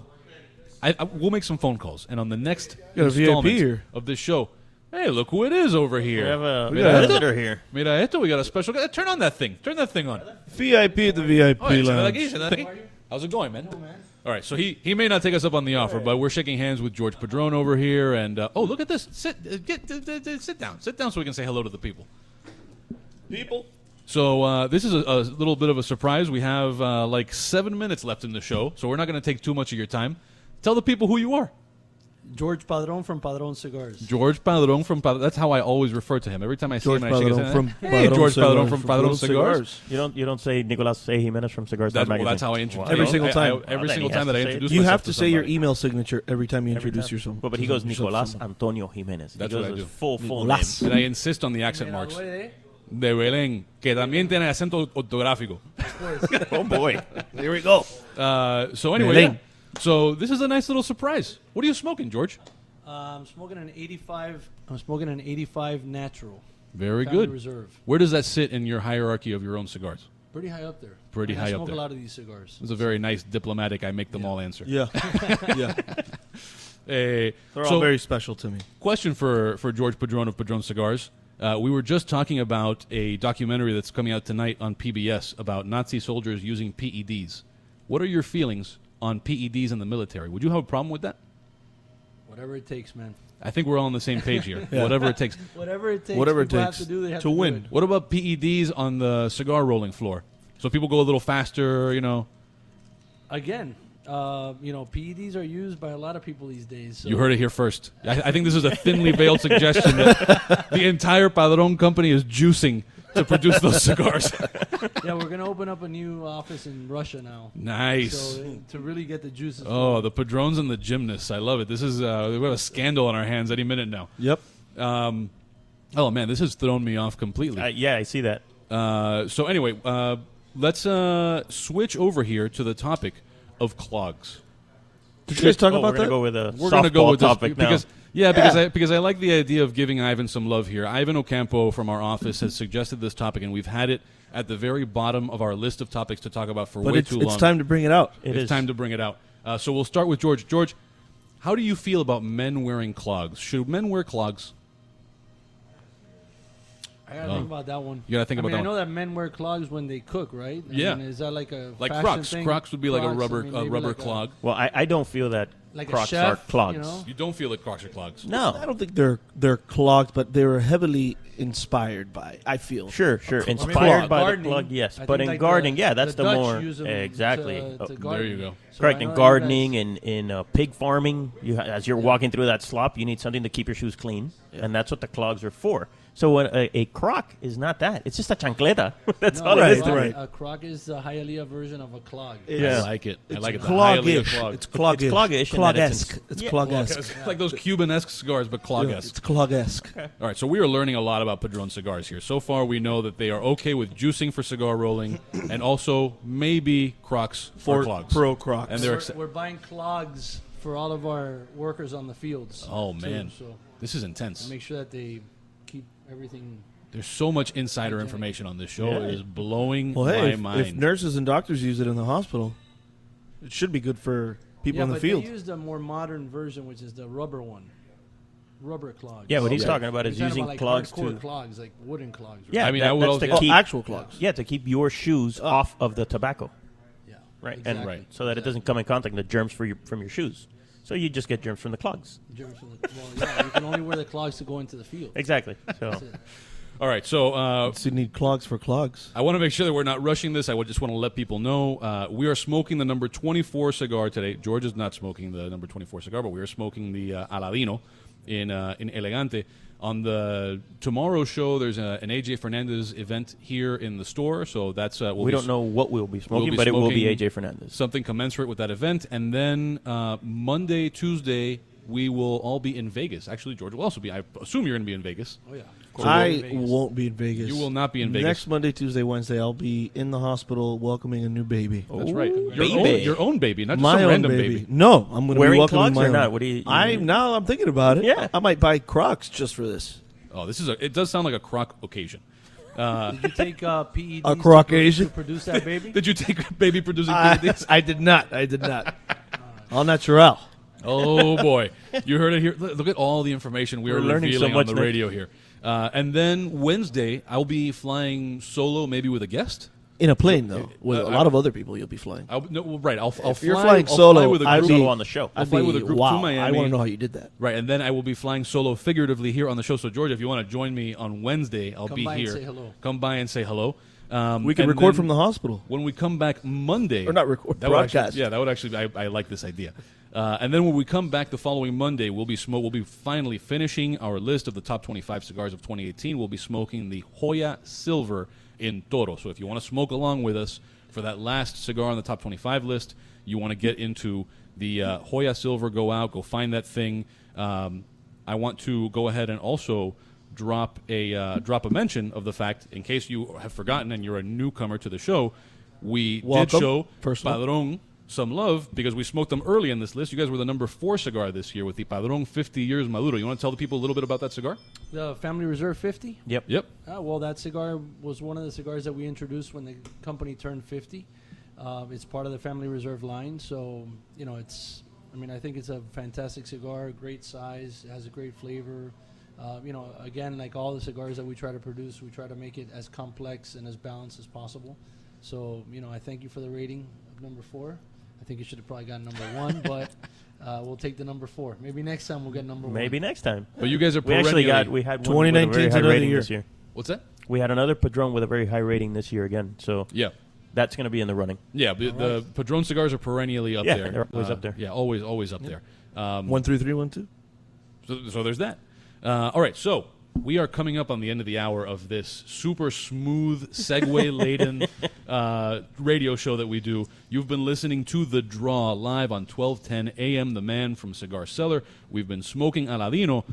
[SPEAKER 2] I, I we'll make some phone calls, and on the next
[SPEAKER 3] got a VIP
[SPEAKER 2] installment
[SPEAKER 3] here.
[SPEAKER 2] of this show, hey, look who it is over here.
[SPEAKER 4] We have a, we
[SPEAKER 2] got
[SPEAKER 4] got
[SPEAKER 2] a-
[SPEAKER 4] a visitor here.
[SPEAKER 2] Mira esto, we got a special guy. Turn on that thing. Turn that thing on.
[SPEAKER 3] VIP at the VIP
[SPEAKER 2] Oh, it's like it's like- How's it going, man? All right, so he, he may not take us up on the offer, but we're shaking hands with George Padron over here, and uh, oh, look at this. Sit, uh, get, d- d- d- sit down, sit down, so we can say hello to the people.
[SPEAKER 3] People.
[SPEAKER 2] So uh, this is a, a little bit of a surprise. We have uh, like seven minutes left in the show, so we're not going to take too much of your time. Tell the people who you are.
[SPEAKER 8] George Padron from Padron Cigars.
[SPEAKER 2] George Padron from Padron. That's how I always refer to him. Every time I see
[SPEAKER 3] George
[SPEAKER 2] him, I shake his
[SPEAKER 3] Padron
[SPEAKER 2] hand.
[SPEAKER 3] from
[SPEAKER 2] hey,
[SPEAKER 3] Padron
[SPEAKER 2] George Padron
[SPEAKER 3] Cigars,
[SPEAKER 2] from
[SPEAKER 3] from
[SPEAKER 2] Padron
[SPEAKER 3] Padron
[SPEAKER 2] Cigars.
[SPEAKER 3] Cigars.
[SPEAKER 4] You don't you don't say Nicolas C. Jimenez from Cigars.
[SPEAKER 2] That-
[SPEAKER 4] Dot
[SPEAKER 2] well,
[SPEAKER 4] magazine.
[SPEAKER 2] that's how I introduce
[SPEAKER 3] Every
[SPEAKER 2] I-
[SPEAKER 3] single
[SPEAKER 2] I-
[SPEAKER 3] time.
[SPEAKER 2] I- every
[SPEAKER 4] Well,
[SPEAKER 2] single
[SPEAKER 4] then he
[SPEAKER 2] time
[SPEAKER 4] has
[SPEAKER 2] that I
[SPEAKER 4] to say it.
[SPEAKER 2] introduce
[SPEAKER 3] You
[SPEAKER 2] myself
[SPEAKER 3] have to say your
[SPEAKER 2] somebody.
[SPEAKER 3] email signature every time you
[SPEAKER 4] Every
[SPEAKER 3] introduce
[SPEAKER 4] time.
[SPEAKER 3] yourself.
[SPEAKER 4] But, but he goes
[SPEAKER 3] yourself to
[SPEAKER 4] Nicolas
[SPEAKER 3] someone.
[SPEAKER 4] Antonio Jimenez.
[SPEAKER 2] That's
[SPEAKER 4] he goes
[SPEAKER 2] what I
[SPEAKER 4] his
[SPEAKER 2] do.
[SPEAKER 4] Full full name.
[SPEAKER 3] Nicolas.
[SPEAKER 2] And I insist on the accent marks. De Belén, que también tiene acento ortográfico.
[SPEAKER 4] Oh boy.
[SPEAKER 3] There we go.
[SPEAKER 2] Uh, so anyway,
[SPEAKER 3] Belén.
[SPEAKER 2] yeah. so this is a nice little surprise. What are you smoking, George?
[SPEAKER 8] Uh, I'm smoking an 85. I'm smoking an 85 natural.
[SPEAKER 2] Very
[SPEAKER 8] Family
[SPEAKER 2] good.
[SPEAKER 8] Reserve.
[SPEAKER 2] Where does that sit in your hierarchy of your own cigars?
[SPEAKER 8] Pretty high up there.
[SPEAKER 2] Pretty
[SPEAKER 8] And
[SPEAKER 2] high
[SPEAKER 8] I
[SPEAKER 2] up
[SPEAKER 8] smoke
[SPEAKER 2] there.
[SPEAKER 8] a lot of these cigars.
[SPEAKER 2] It's a very nice diplomatic. I make them all answer.
[SPEAKER 3] Yeah, yeah.
[SPEAKER 2] Eh, so,
[SPEAKER 3] They're all very special to me.
[SPEAKER 2] question for for George Padron of Padron Cigars. Uh, we were just talking about a documentary that's coming out tonight on PBS about Nazi soldiers using PEDs. What are your feelings on PEDs in the military? Would you have a problem with that?
[SPEAKER 8] Whatever it takes, man.
[SPEAKER 2] I think we're all on the same page here. Whatever it takes.
[SPEAKER 8] Whatever it takes.
[SPEAKER 3] Whatever it
[SPEAKER 8] people
[SPEAKER 3] takes
[SPEAKER 8] have to do. They have
[SPEAKER 3] to
[SPEAKER 8] to, do
[SPEAKER 3] win.
[SPEAKER 8] it.
[SPEAKER 2] What about PEDs on the cigar rolling floor? So people go a little faster, you know.
[SPEAKER 8] Again, uh, you know, PEDs are used by a lot of people these days. So
[SPEAKER 2] You heard it here first. I, I think this is a thinly veiled suggestion that the entire Padron company is juicing to produce those cigars.
[SPEAKER 8] yeah, we're gonna open up a new office in Russia now.
[SPEAKER 2] nice.
[SPEAKER 8] So uh, to really get the juices.
[SPEAKER 2] Oh, the padrones and the gymnasts! I love it. This is uh, we have a scandal on our hands any minute now.
[SPEAKER 3] Yep.
[SPEAKER 2] Um, oh man, this has thrown me off completely.
[SPEAKER 4] Uh, yeah, I see that.
[SPEAKER 2] Uh, so anyway, uh, let's uh, switch over here to the topic of clogs.
[SPEAKER 3] Did you guys talk
[SPEAKER 4] Oh,
[SPEAKER 3] about
[SPEAKER 4] we're
[SPEAKER 3] that?
[SPEAKER 4] gonna go with a
[SPEAKER 2] We're
[SPEAKER 4] softball
[SPEAKER 2] gonna go with this
[SPEAKER 4] topic now.
[SPEAKER 2] because yeah, because I because I like the idea of giving Ivan some love here. Ivan Ocampo from our office has suggested this topic, and we've had it at the very bottom of our list of topics to talk about for
[SPEAKER 3] but
[SPEAKER 2] way
[SPEAKER 3] it's,
[SPEAKER 2] too
[SPEAKER 3] it's
[SPEAKER 2] long.
[SPEAKER 3] time to bring it out.
[SPEAKER 4] It
[SPEAKER 2] it's
[SPEAKER 4] is.
[SPEAKER 2] time to bring it out. Uh, so we'll start with George. George, how do you feel about men wearing clogs? Should men wear clogs?
[SPEAKER 8] I gotta think about that one.
[SPEAKER 2] oh. You gotta think
[SPEAKER 8] I
[SPEAKER 2] about
[SPEAKER 8] mean,
[SPEAKER 2] that
[SPEAKER 8] I know
[SPEAKER 2] one.
[SPEAKER 8] that men wear clogs when they cook, right? I
[SPEAKER 2] Yeah.
[SPEAKER 8] mean, is that like a
[SPEAKER 2] Like
[SPEAKER 8] fashion
[SPEAKER 2] Crocs.
[SPEAKER 8] Thing?
[SPEAKER 2] Crocs would be like a
[SPEAKER 8] Crocs, I
[SPEAKER 2] rubber
[SPEAKER 8] mean,
[SPEAKER 2] a
[SPEAKER 8] maybe
[SPEAKER 2] rubber
[SPEAKER 8] like
[SPEAKER 2] clog.
[SPEAKER 4] Well, I, I don't feel that
[SPEAKER 8] Like a
[SPEAKER 4] Crocs are
[SPEAKER 8] chef, you
[SPEAKER 4] clogs.
[SPEAKER 8] know?
[SPEAKER 2] you don't feel that Crocs are clogs.
[SPEAKER 3] I
[SPEAKER 4] No,
[SPEAKER 3] don't think they're they're clogged, but they were heavily inspired by. I feel
[SPEAKER 4] sure, sure.
[SPEAKER 8] I mean,
[SPEAKER 4] Inspired
[SPEAKER 8] like
[SPEAKER 4] by
[SPEAKER 8] gardening,
[SPEAKER 4] the plug, yes,
[SPEAKER 8] I
[SPEAKER 4] but
[SPEAKER 8] think
[SPEAKER 4] in
[SPEAKER 8] like uh,
[SPEAKER 4] gardening,
[SPEAKER 8] the-
[SPEAKER 4] yeah, that's the,
[SPEAKER 8] Dutch
[SPEAKER 4] more
[SPEAKER 8] use 'em
[SPEAKER 4] exactly.
[SPEAKER 8] to-
[SPEAKER 4] Oh,
[SPEAKER 2] There
[SPEAKER 8] to
[SPEAKER 2] you
[SPEAKER 8] garden.
[SPEAKER 2] go.
[SPEAKER 8] So
[SPEAKER 4] correct.
[SPEAKER 8] I know
[SPEAKER 4] In
[SPEAKER 8] you
[SPEAKER 4] gardening
[SPEAKER 8] guys-
[SPEAKER 4] and in uh, pig farming, you ha- as you're walking through that slop, you need something to keep your shoes clean, and that's what the clogs are for. So a, a, a croc is not that; it's just a chancleta. that's
[SPEAKER 8] No,
[SPEAKER 4] all
[SPEAKER 8] a
[SPEAKER 4] it is.
[SPEAKER 8] croc-
[SPEAKER 4] to me.
[SPEAKER 3] right.
[SPEAKER 8] A croc is the Hialeah version of a clog.
[SPEAKER 2] I
[SPEAKER 4] Yeah.
[SPEAKER 2] like it. I like it. The Hialeah
[SPEAKER 3] clog-ish.
[SPEAKER 2] clog.
[SPEAKER 3] It's clog-ish.
[SPEAKER 4] It's clog-ish in that it's
[SPEAKER 3] Clog-esque.
[SPEAKER 4] in-
[SPEAKER 3] It's
[SPEAKER 4] Yeah.
[SPEAKER 3] clog-esque.
[SPEAKER 2] It's like those Cuban-esque cigars, but clog-esque.
[SPEAKER 3] It's clog-esque.
[SPEAKER 2] All right, so we are learning a lot about Padron cigars here. So far, we know that they are okay with juicing for cigar rolling, and also maybe Crocs or
[SPEAKER 3] For
[SPEAKER 2] clogs.
[SPEAKER 3] pro Crocs.
[SPEAKER 2] And they're
[SPEAKER 8] We're,
[SPEAKER 2] ex-
[SPEAKER 8] we're buying clogs for all of our workers on the fields.
[SPEAKER 2] oh
[SPEAKER 8] too,
[SPEAKER 2] man,
[SPEAKER 8] so
[SPEAKER 2] this is intense.
[SPEAKER 8] make sure that they keep everything.
[SPEAKER 2] There's so much insider information on this show. It is blowing
[SPEAKER 3] Well, hey,
[SPEAKER 2] my
[SPEAKER 3] if,
[SPEAKER 2] mind.
[SPEAKER 3] if nurses and doctors use it in the hospital, it should be good for people
[SPEAKER 8] yeah,
[SPEAKER 3] in the
[SPEAKER 8] but
[SPEAKER 3] field.
[SPEAKER 8] they used a more modern version, which is the rubber one, rubber clogs.
[SPEAKER 4] Yeah, what he's
[SPEAKER 2] Yeah.
[SPEAKER 4] talking about
[SPEAKER 8] You're
[SPEAKER 4] is
[SPEAKER 8] talking
[SPEAKER 4] using
[SPEAKER 8] about, like,
[SPEAKER 4] clogs
[SPEAKER 8] hardcore
[SPEAKER 4] to
[SPEAKER 8] clogs, like wooden clogs. right?
[SPEAKER 4] yeah.
[SPEAKER 2] I mean,
[SPEAKER 4] that-
[SPEAKER 2] I would
[SPEAKER 4] that's
[SPEAKER 2] also-
[SPEAKER 4] to
[SPEAKER 2] Oh,
[SPEAKER 4] keep
[SPEAKER 3] actual clogs.
[SPEAKER 4] Yeah, to keep your shoes off of the tobacco,
[SPEAKER 8] yeah,
[SPEAKER 4] right?
[SPEAKER 8] Oh. Exactly.
[SPEAKER 4] And
[SPEAKER 2] Right.
[SPEAKER 4] so that it doesn't come in contact with the germs for your, from your shoes. So you just get germs from the clogs.
[SPEAKER 8] Germs from the, well, yeah, you can only wear the clogs to go into the field.
[SPEAKER 4] Exactly. So
[SPEAKER 2] All right, so uh,
[SPEAKER 3] So you need clogs for clogs.
[SPEAKER 2] I want to make sure that we're not rushing this. I would just want to let people know uh, we are smoking the number 24 cigar today. George is not smoking the number 24 cigar, but we are smoking the uh, Aladino in uh, in Elegante. On the tomorrow show, there's a, an AJ Fernandez event here in the store, so that's uh, we'll
[SPEAKER 4] we
[SPEAKER 2] be
[SPEAKER 4] don't know what we'll be smoking,
[SPEAKER 2] We'll be
[SPEAKER 4] but it will be
[SPEAKER 2] smoking
[SPEAKER 4] AJ Fernandez.
[SPEAKER 2] something commensurate with that event. And then uh, Monday, Tuesday, we will all be in Vegas. Actually, George will also be. I assume you're going to be in Vegas.
[SPEAKER 8] Oh yeah.
[SPEAKER 3] I won't be in Vegas.
[SPEAKER 2] You will not be in Vegas.
[SPEAKER 3] Next Monday, Tuesday, Wednesday, I'll be in the hospital welcoming a new baby.
[SPEAKER 2] That's right. Your, Own,
[SPEAKER 4] baby.
[SPEAKER 2] your own baby, not Oh. just
[SPEAKER 3] my
[SPEAKER 2] some
[SPEAKER 3] own
[SPEAKER 2] random
[SPEAKER 3] baby. No, I'm going to be
[SPEAKER 4] Wearing
[SPEAKER 3] welcoming
[SPEAKER 4] clogs
[SPEAKER 3] my
[SPEAKER 4] or
[SPEAKER 3] own.
[SPEAKER 4] not? What do you- you
[SPEAKER 3] I
[SPEAKER 4] mean?
[SPEAKER 3] now I'm thinking about it.
[SPEAKER 4] Yeah.
[SPEAKER 3] I might buy Crocs just for this.
[SPEAKER 2] Oh, this is a. It does sound like a crock occasion.
[SPEAKER 8] Did you take uh, PEDs
[SPEAKER 3] A croc
[SPEAKER 8] to, pro-
[SPEAKER 3] Asian?
[SPEAKER 8] to produce that baby?
[SPEAKER 2] Did you take baby producing
[SPEAKER 3] I,
[SPEAKER 2] PEDs?
[SPEAKER 3] I did not. I did not. All natural.
[SPEAKER 2] oh boy, you heard it here. Look, look at all the information we are
[SPEAKER 4] We're learning so
[SPEAKER 2] revealing
[SPEAKER 4] much,
[SPEAKER 2] on the
[SPEAKER 4] Nick.
[SPEAKER 2] radio here. Uh, and then Wednesday, I'll be flying solo, maybe with a guest.
[SPEAKER 3] In a plane though, with
[SPEAKER 2] Uh,
[SPEAKER 3] a
[SPEAKER 2] I-
[SPEAKER 3] lot of other people, you'll be flying.
[SPEAKER 2] I'll, no, well, right. I'll, I'll
[SPEAKER 3] If
[SPEAKER 2] fly,
[SPEAKER 3] you're flying
[SPEAKER 2] I'll
[SPEAKER 3] solo,
[SPEAKER 2] fly with a
[SPEAKER 3] I'd
[SPEAKER 2] group.
[SPEAKER 3] be-
[SPEAKER 4] Solo on the show.
[SPEAKER 3] I'd
[SPEAKER 2] fly
[SPEAKER 3] be-
[SPEAKER 2] with a group to
[SPEAKER 3] wow, I
[SPEAKER 2] Miami.
[SPEAKER 3] want to know how you did that.
[SPEAKER 2] Right, and then I will be flying solo figuratively here on the show. So, George, if you want to join me on Wednesday, I'll
[SPEAKER 8] Come
[SPEAKER 2] be
[SPEAKER 8] by and
[SPEAKER 2] here.
[SPEAKER 8] say hello.
[SPEAKER 2] Come by and say hello. Um,
[SPEAKER 3] We can
[SPEAKER 2] and then
[SPEAKER 3] record from the hospital.
[SPEAKER 2] When we come back Monday,
[SPEAKER 3] Or not record,
[SPEAKER 2] that would actually-
[SPEAKER 3] broadcast.
[SPEAKER 2] yeah, that would actually. I, I like this idea. Uh, and then when we come back the following Monday, we'll be smo- We'll be finally finishing our list of the top 25 cigars of 2018. We'll be smoking the Hoya Silver in Toro. So if you want to smoke along with us for that last cigar on the top 25 list, you want to get into the uh, Hoya Silver. Go out, go find that thing. Um, I want to go ahead and also drop a uh, drop a mention of the fact, in case you have forgotten and you're a newcomer to the show, we
[SPEAKER 3] Welcome.
[SPEAKER 2] did show
[SPEAKER 3] First of all.
[SPEAKER 2] Padron some love because we smoked them early in this list. You guys were the number four cigar this year with the Padron 50 Years Maduro. You want to tell the people a little bit about that cigar?
[SPEAKER 8] The Family Reserve 50?
[SPEAKER 4] Yep.
[SPEAKER 2] Yep.
[SPEAKER 8] Uh, well, that cigar was one of the cigars that we introduced when the company turned 50. Uh, it's part of the Family Reserve line, so you know it's. I mean, I think it's a fantastic cigar, great size, has a great flavor. Uh, you know, again, like all the cigars that we try to produce, we try to make it as complex and as balanced as possible. So, you know, I thank you for the rating of number four. I think you should have probably gotten number one, but uh, we'll take the number four. Maybe next time we'll get number one.
[SPEAKER 4] Maybe next time.
[SPEAKER 2] But you guys are
[SPEAKER 4] We actually got
[SPEAKER 2] perennially-
[SPEAKER 4] we had one with a
[SPEAKER 3] 2019
[SPEAKER 4] very
[SPEAKER 3] 's
[SPEAKER 4] high
[SPEAKER 3] another
[SPEAKER 4] rating
[SPEAKER 3] year.
[SPEAKER 4] this year.
[SPEAKER 2] What's that?
[SPEAKER 4] We had another padron with a very high rating this year again. So
[SPEAKER 2] Yeah.
[SPEAKER 4] that's going to be in the running.
[SPEAKER 2] Yeah, the, the Padron cigars are perennially up
[SPEAKER 4] Yeah,
[SPEAKER 2] there.
[SPEAKER 4] they're always
[SPEAKER 2] Uh,
[SPEAKER 4] up there.
[SPEAKER 2] Yeah, always, always up there. Um,
[SPEAKER 3] One three three one two.
[SPEAKER 2] So, so there's that. Uh, all right, so we are coming up on the end of the hour of this super smooth, segue laden uh, radio show that we do. You've been listening to The Draw live on 1210 a.m. The Man from Cigar Cellar. We've been smoking Aladino.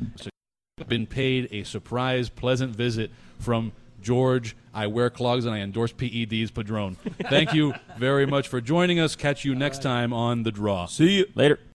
[SPEAKER 2] Been paid a surprise, pleasant visit from George. I wear clogs and I endorse E PEDs, Padron. Thank you very much for joining us. Catch you next time on The Draw.
[SPEAKER 4] See you later.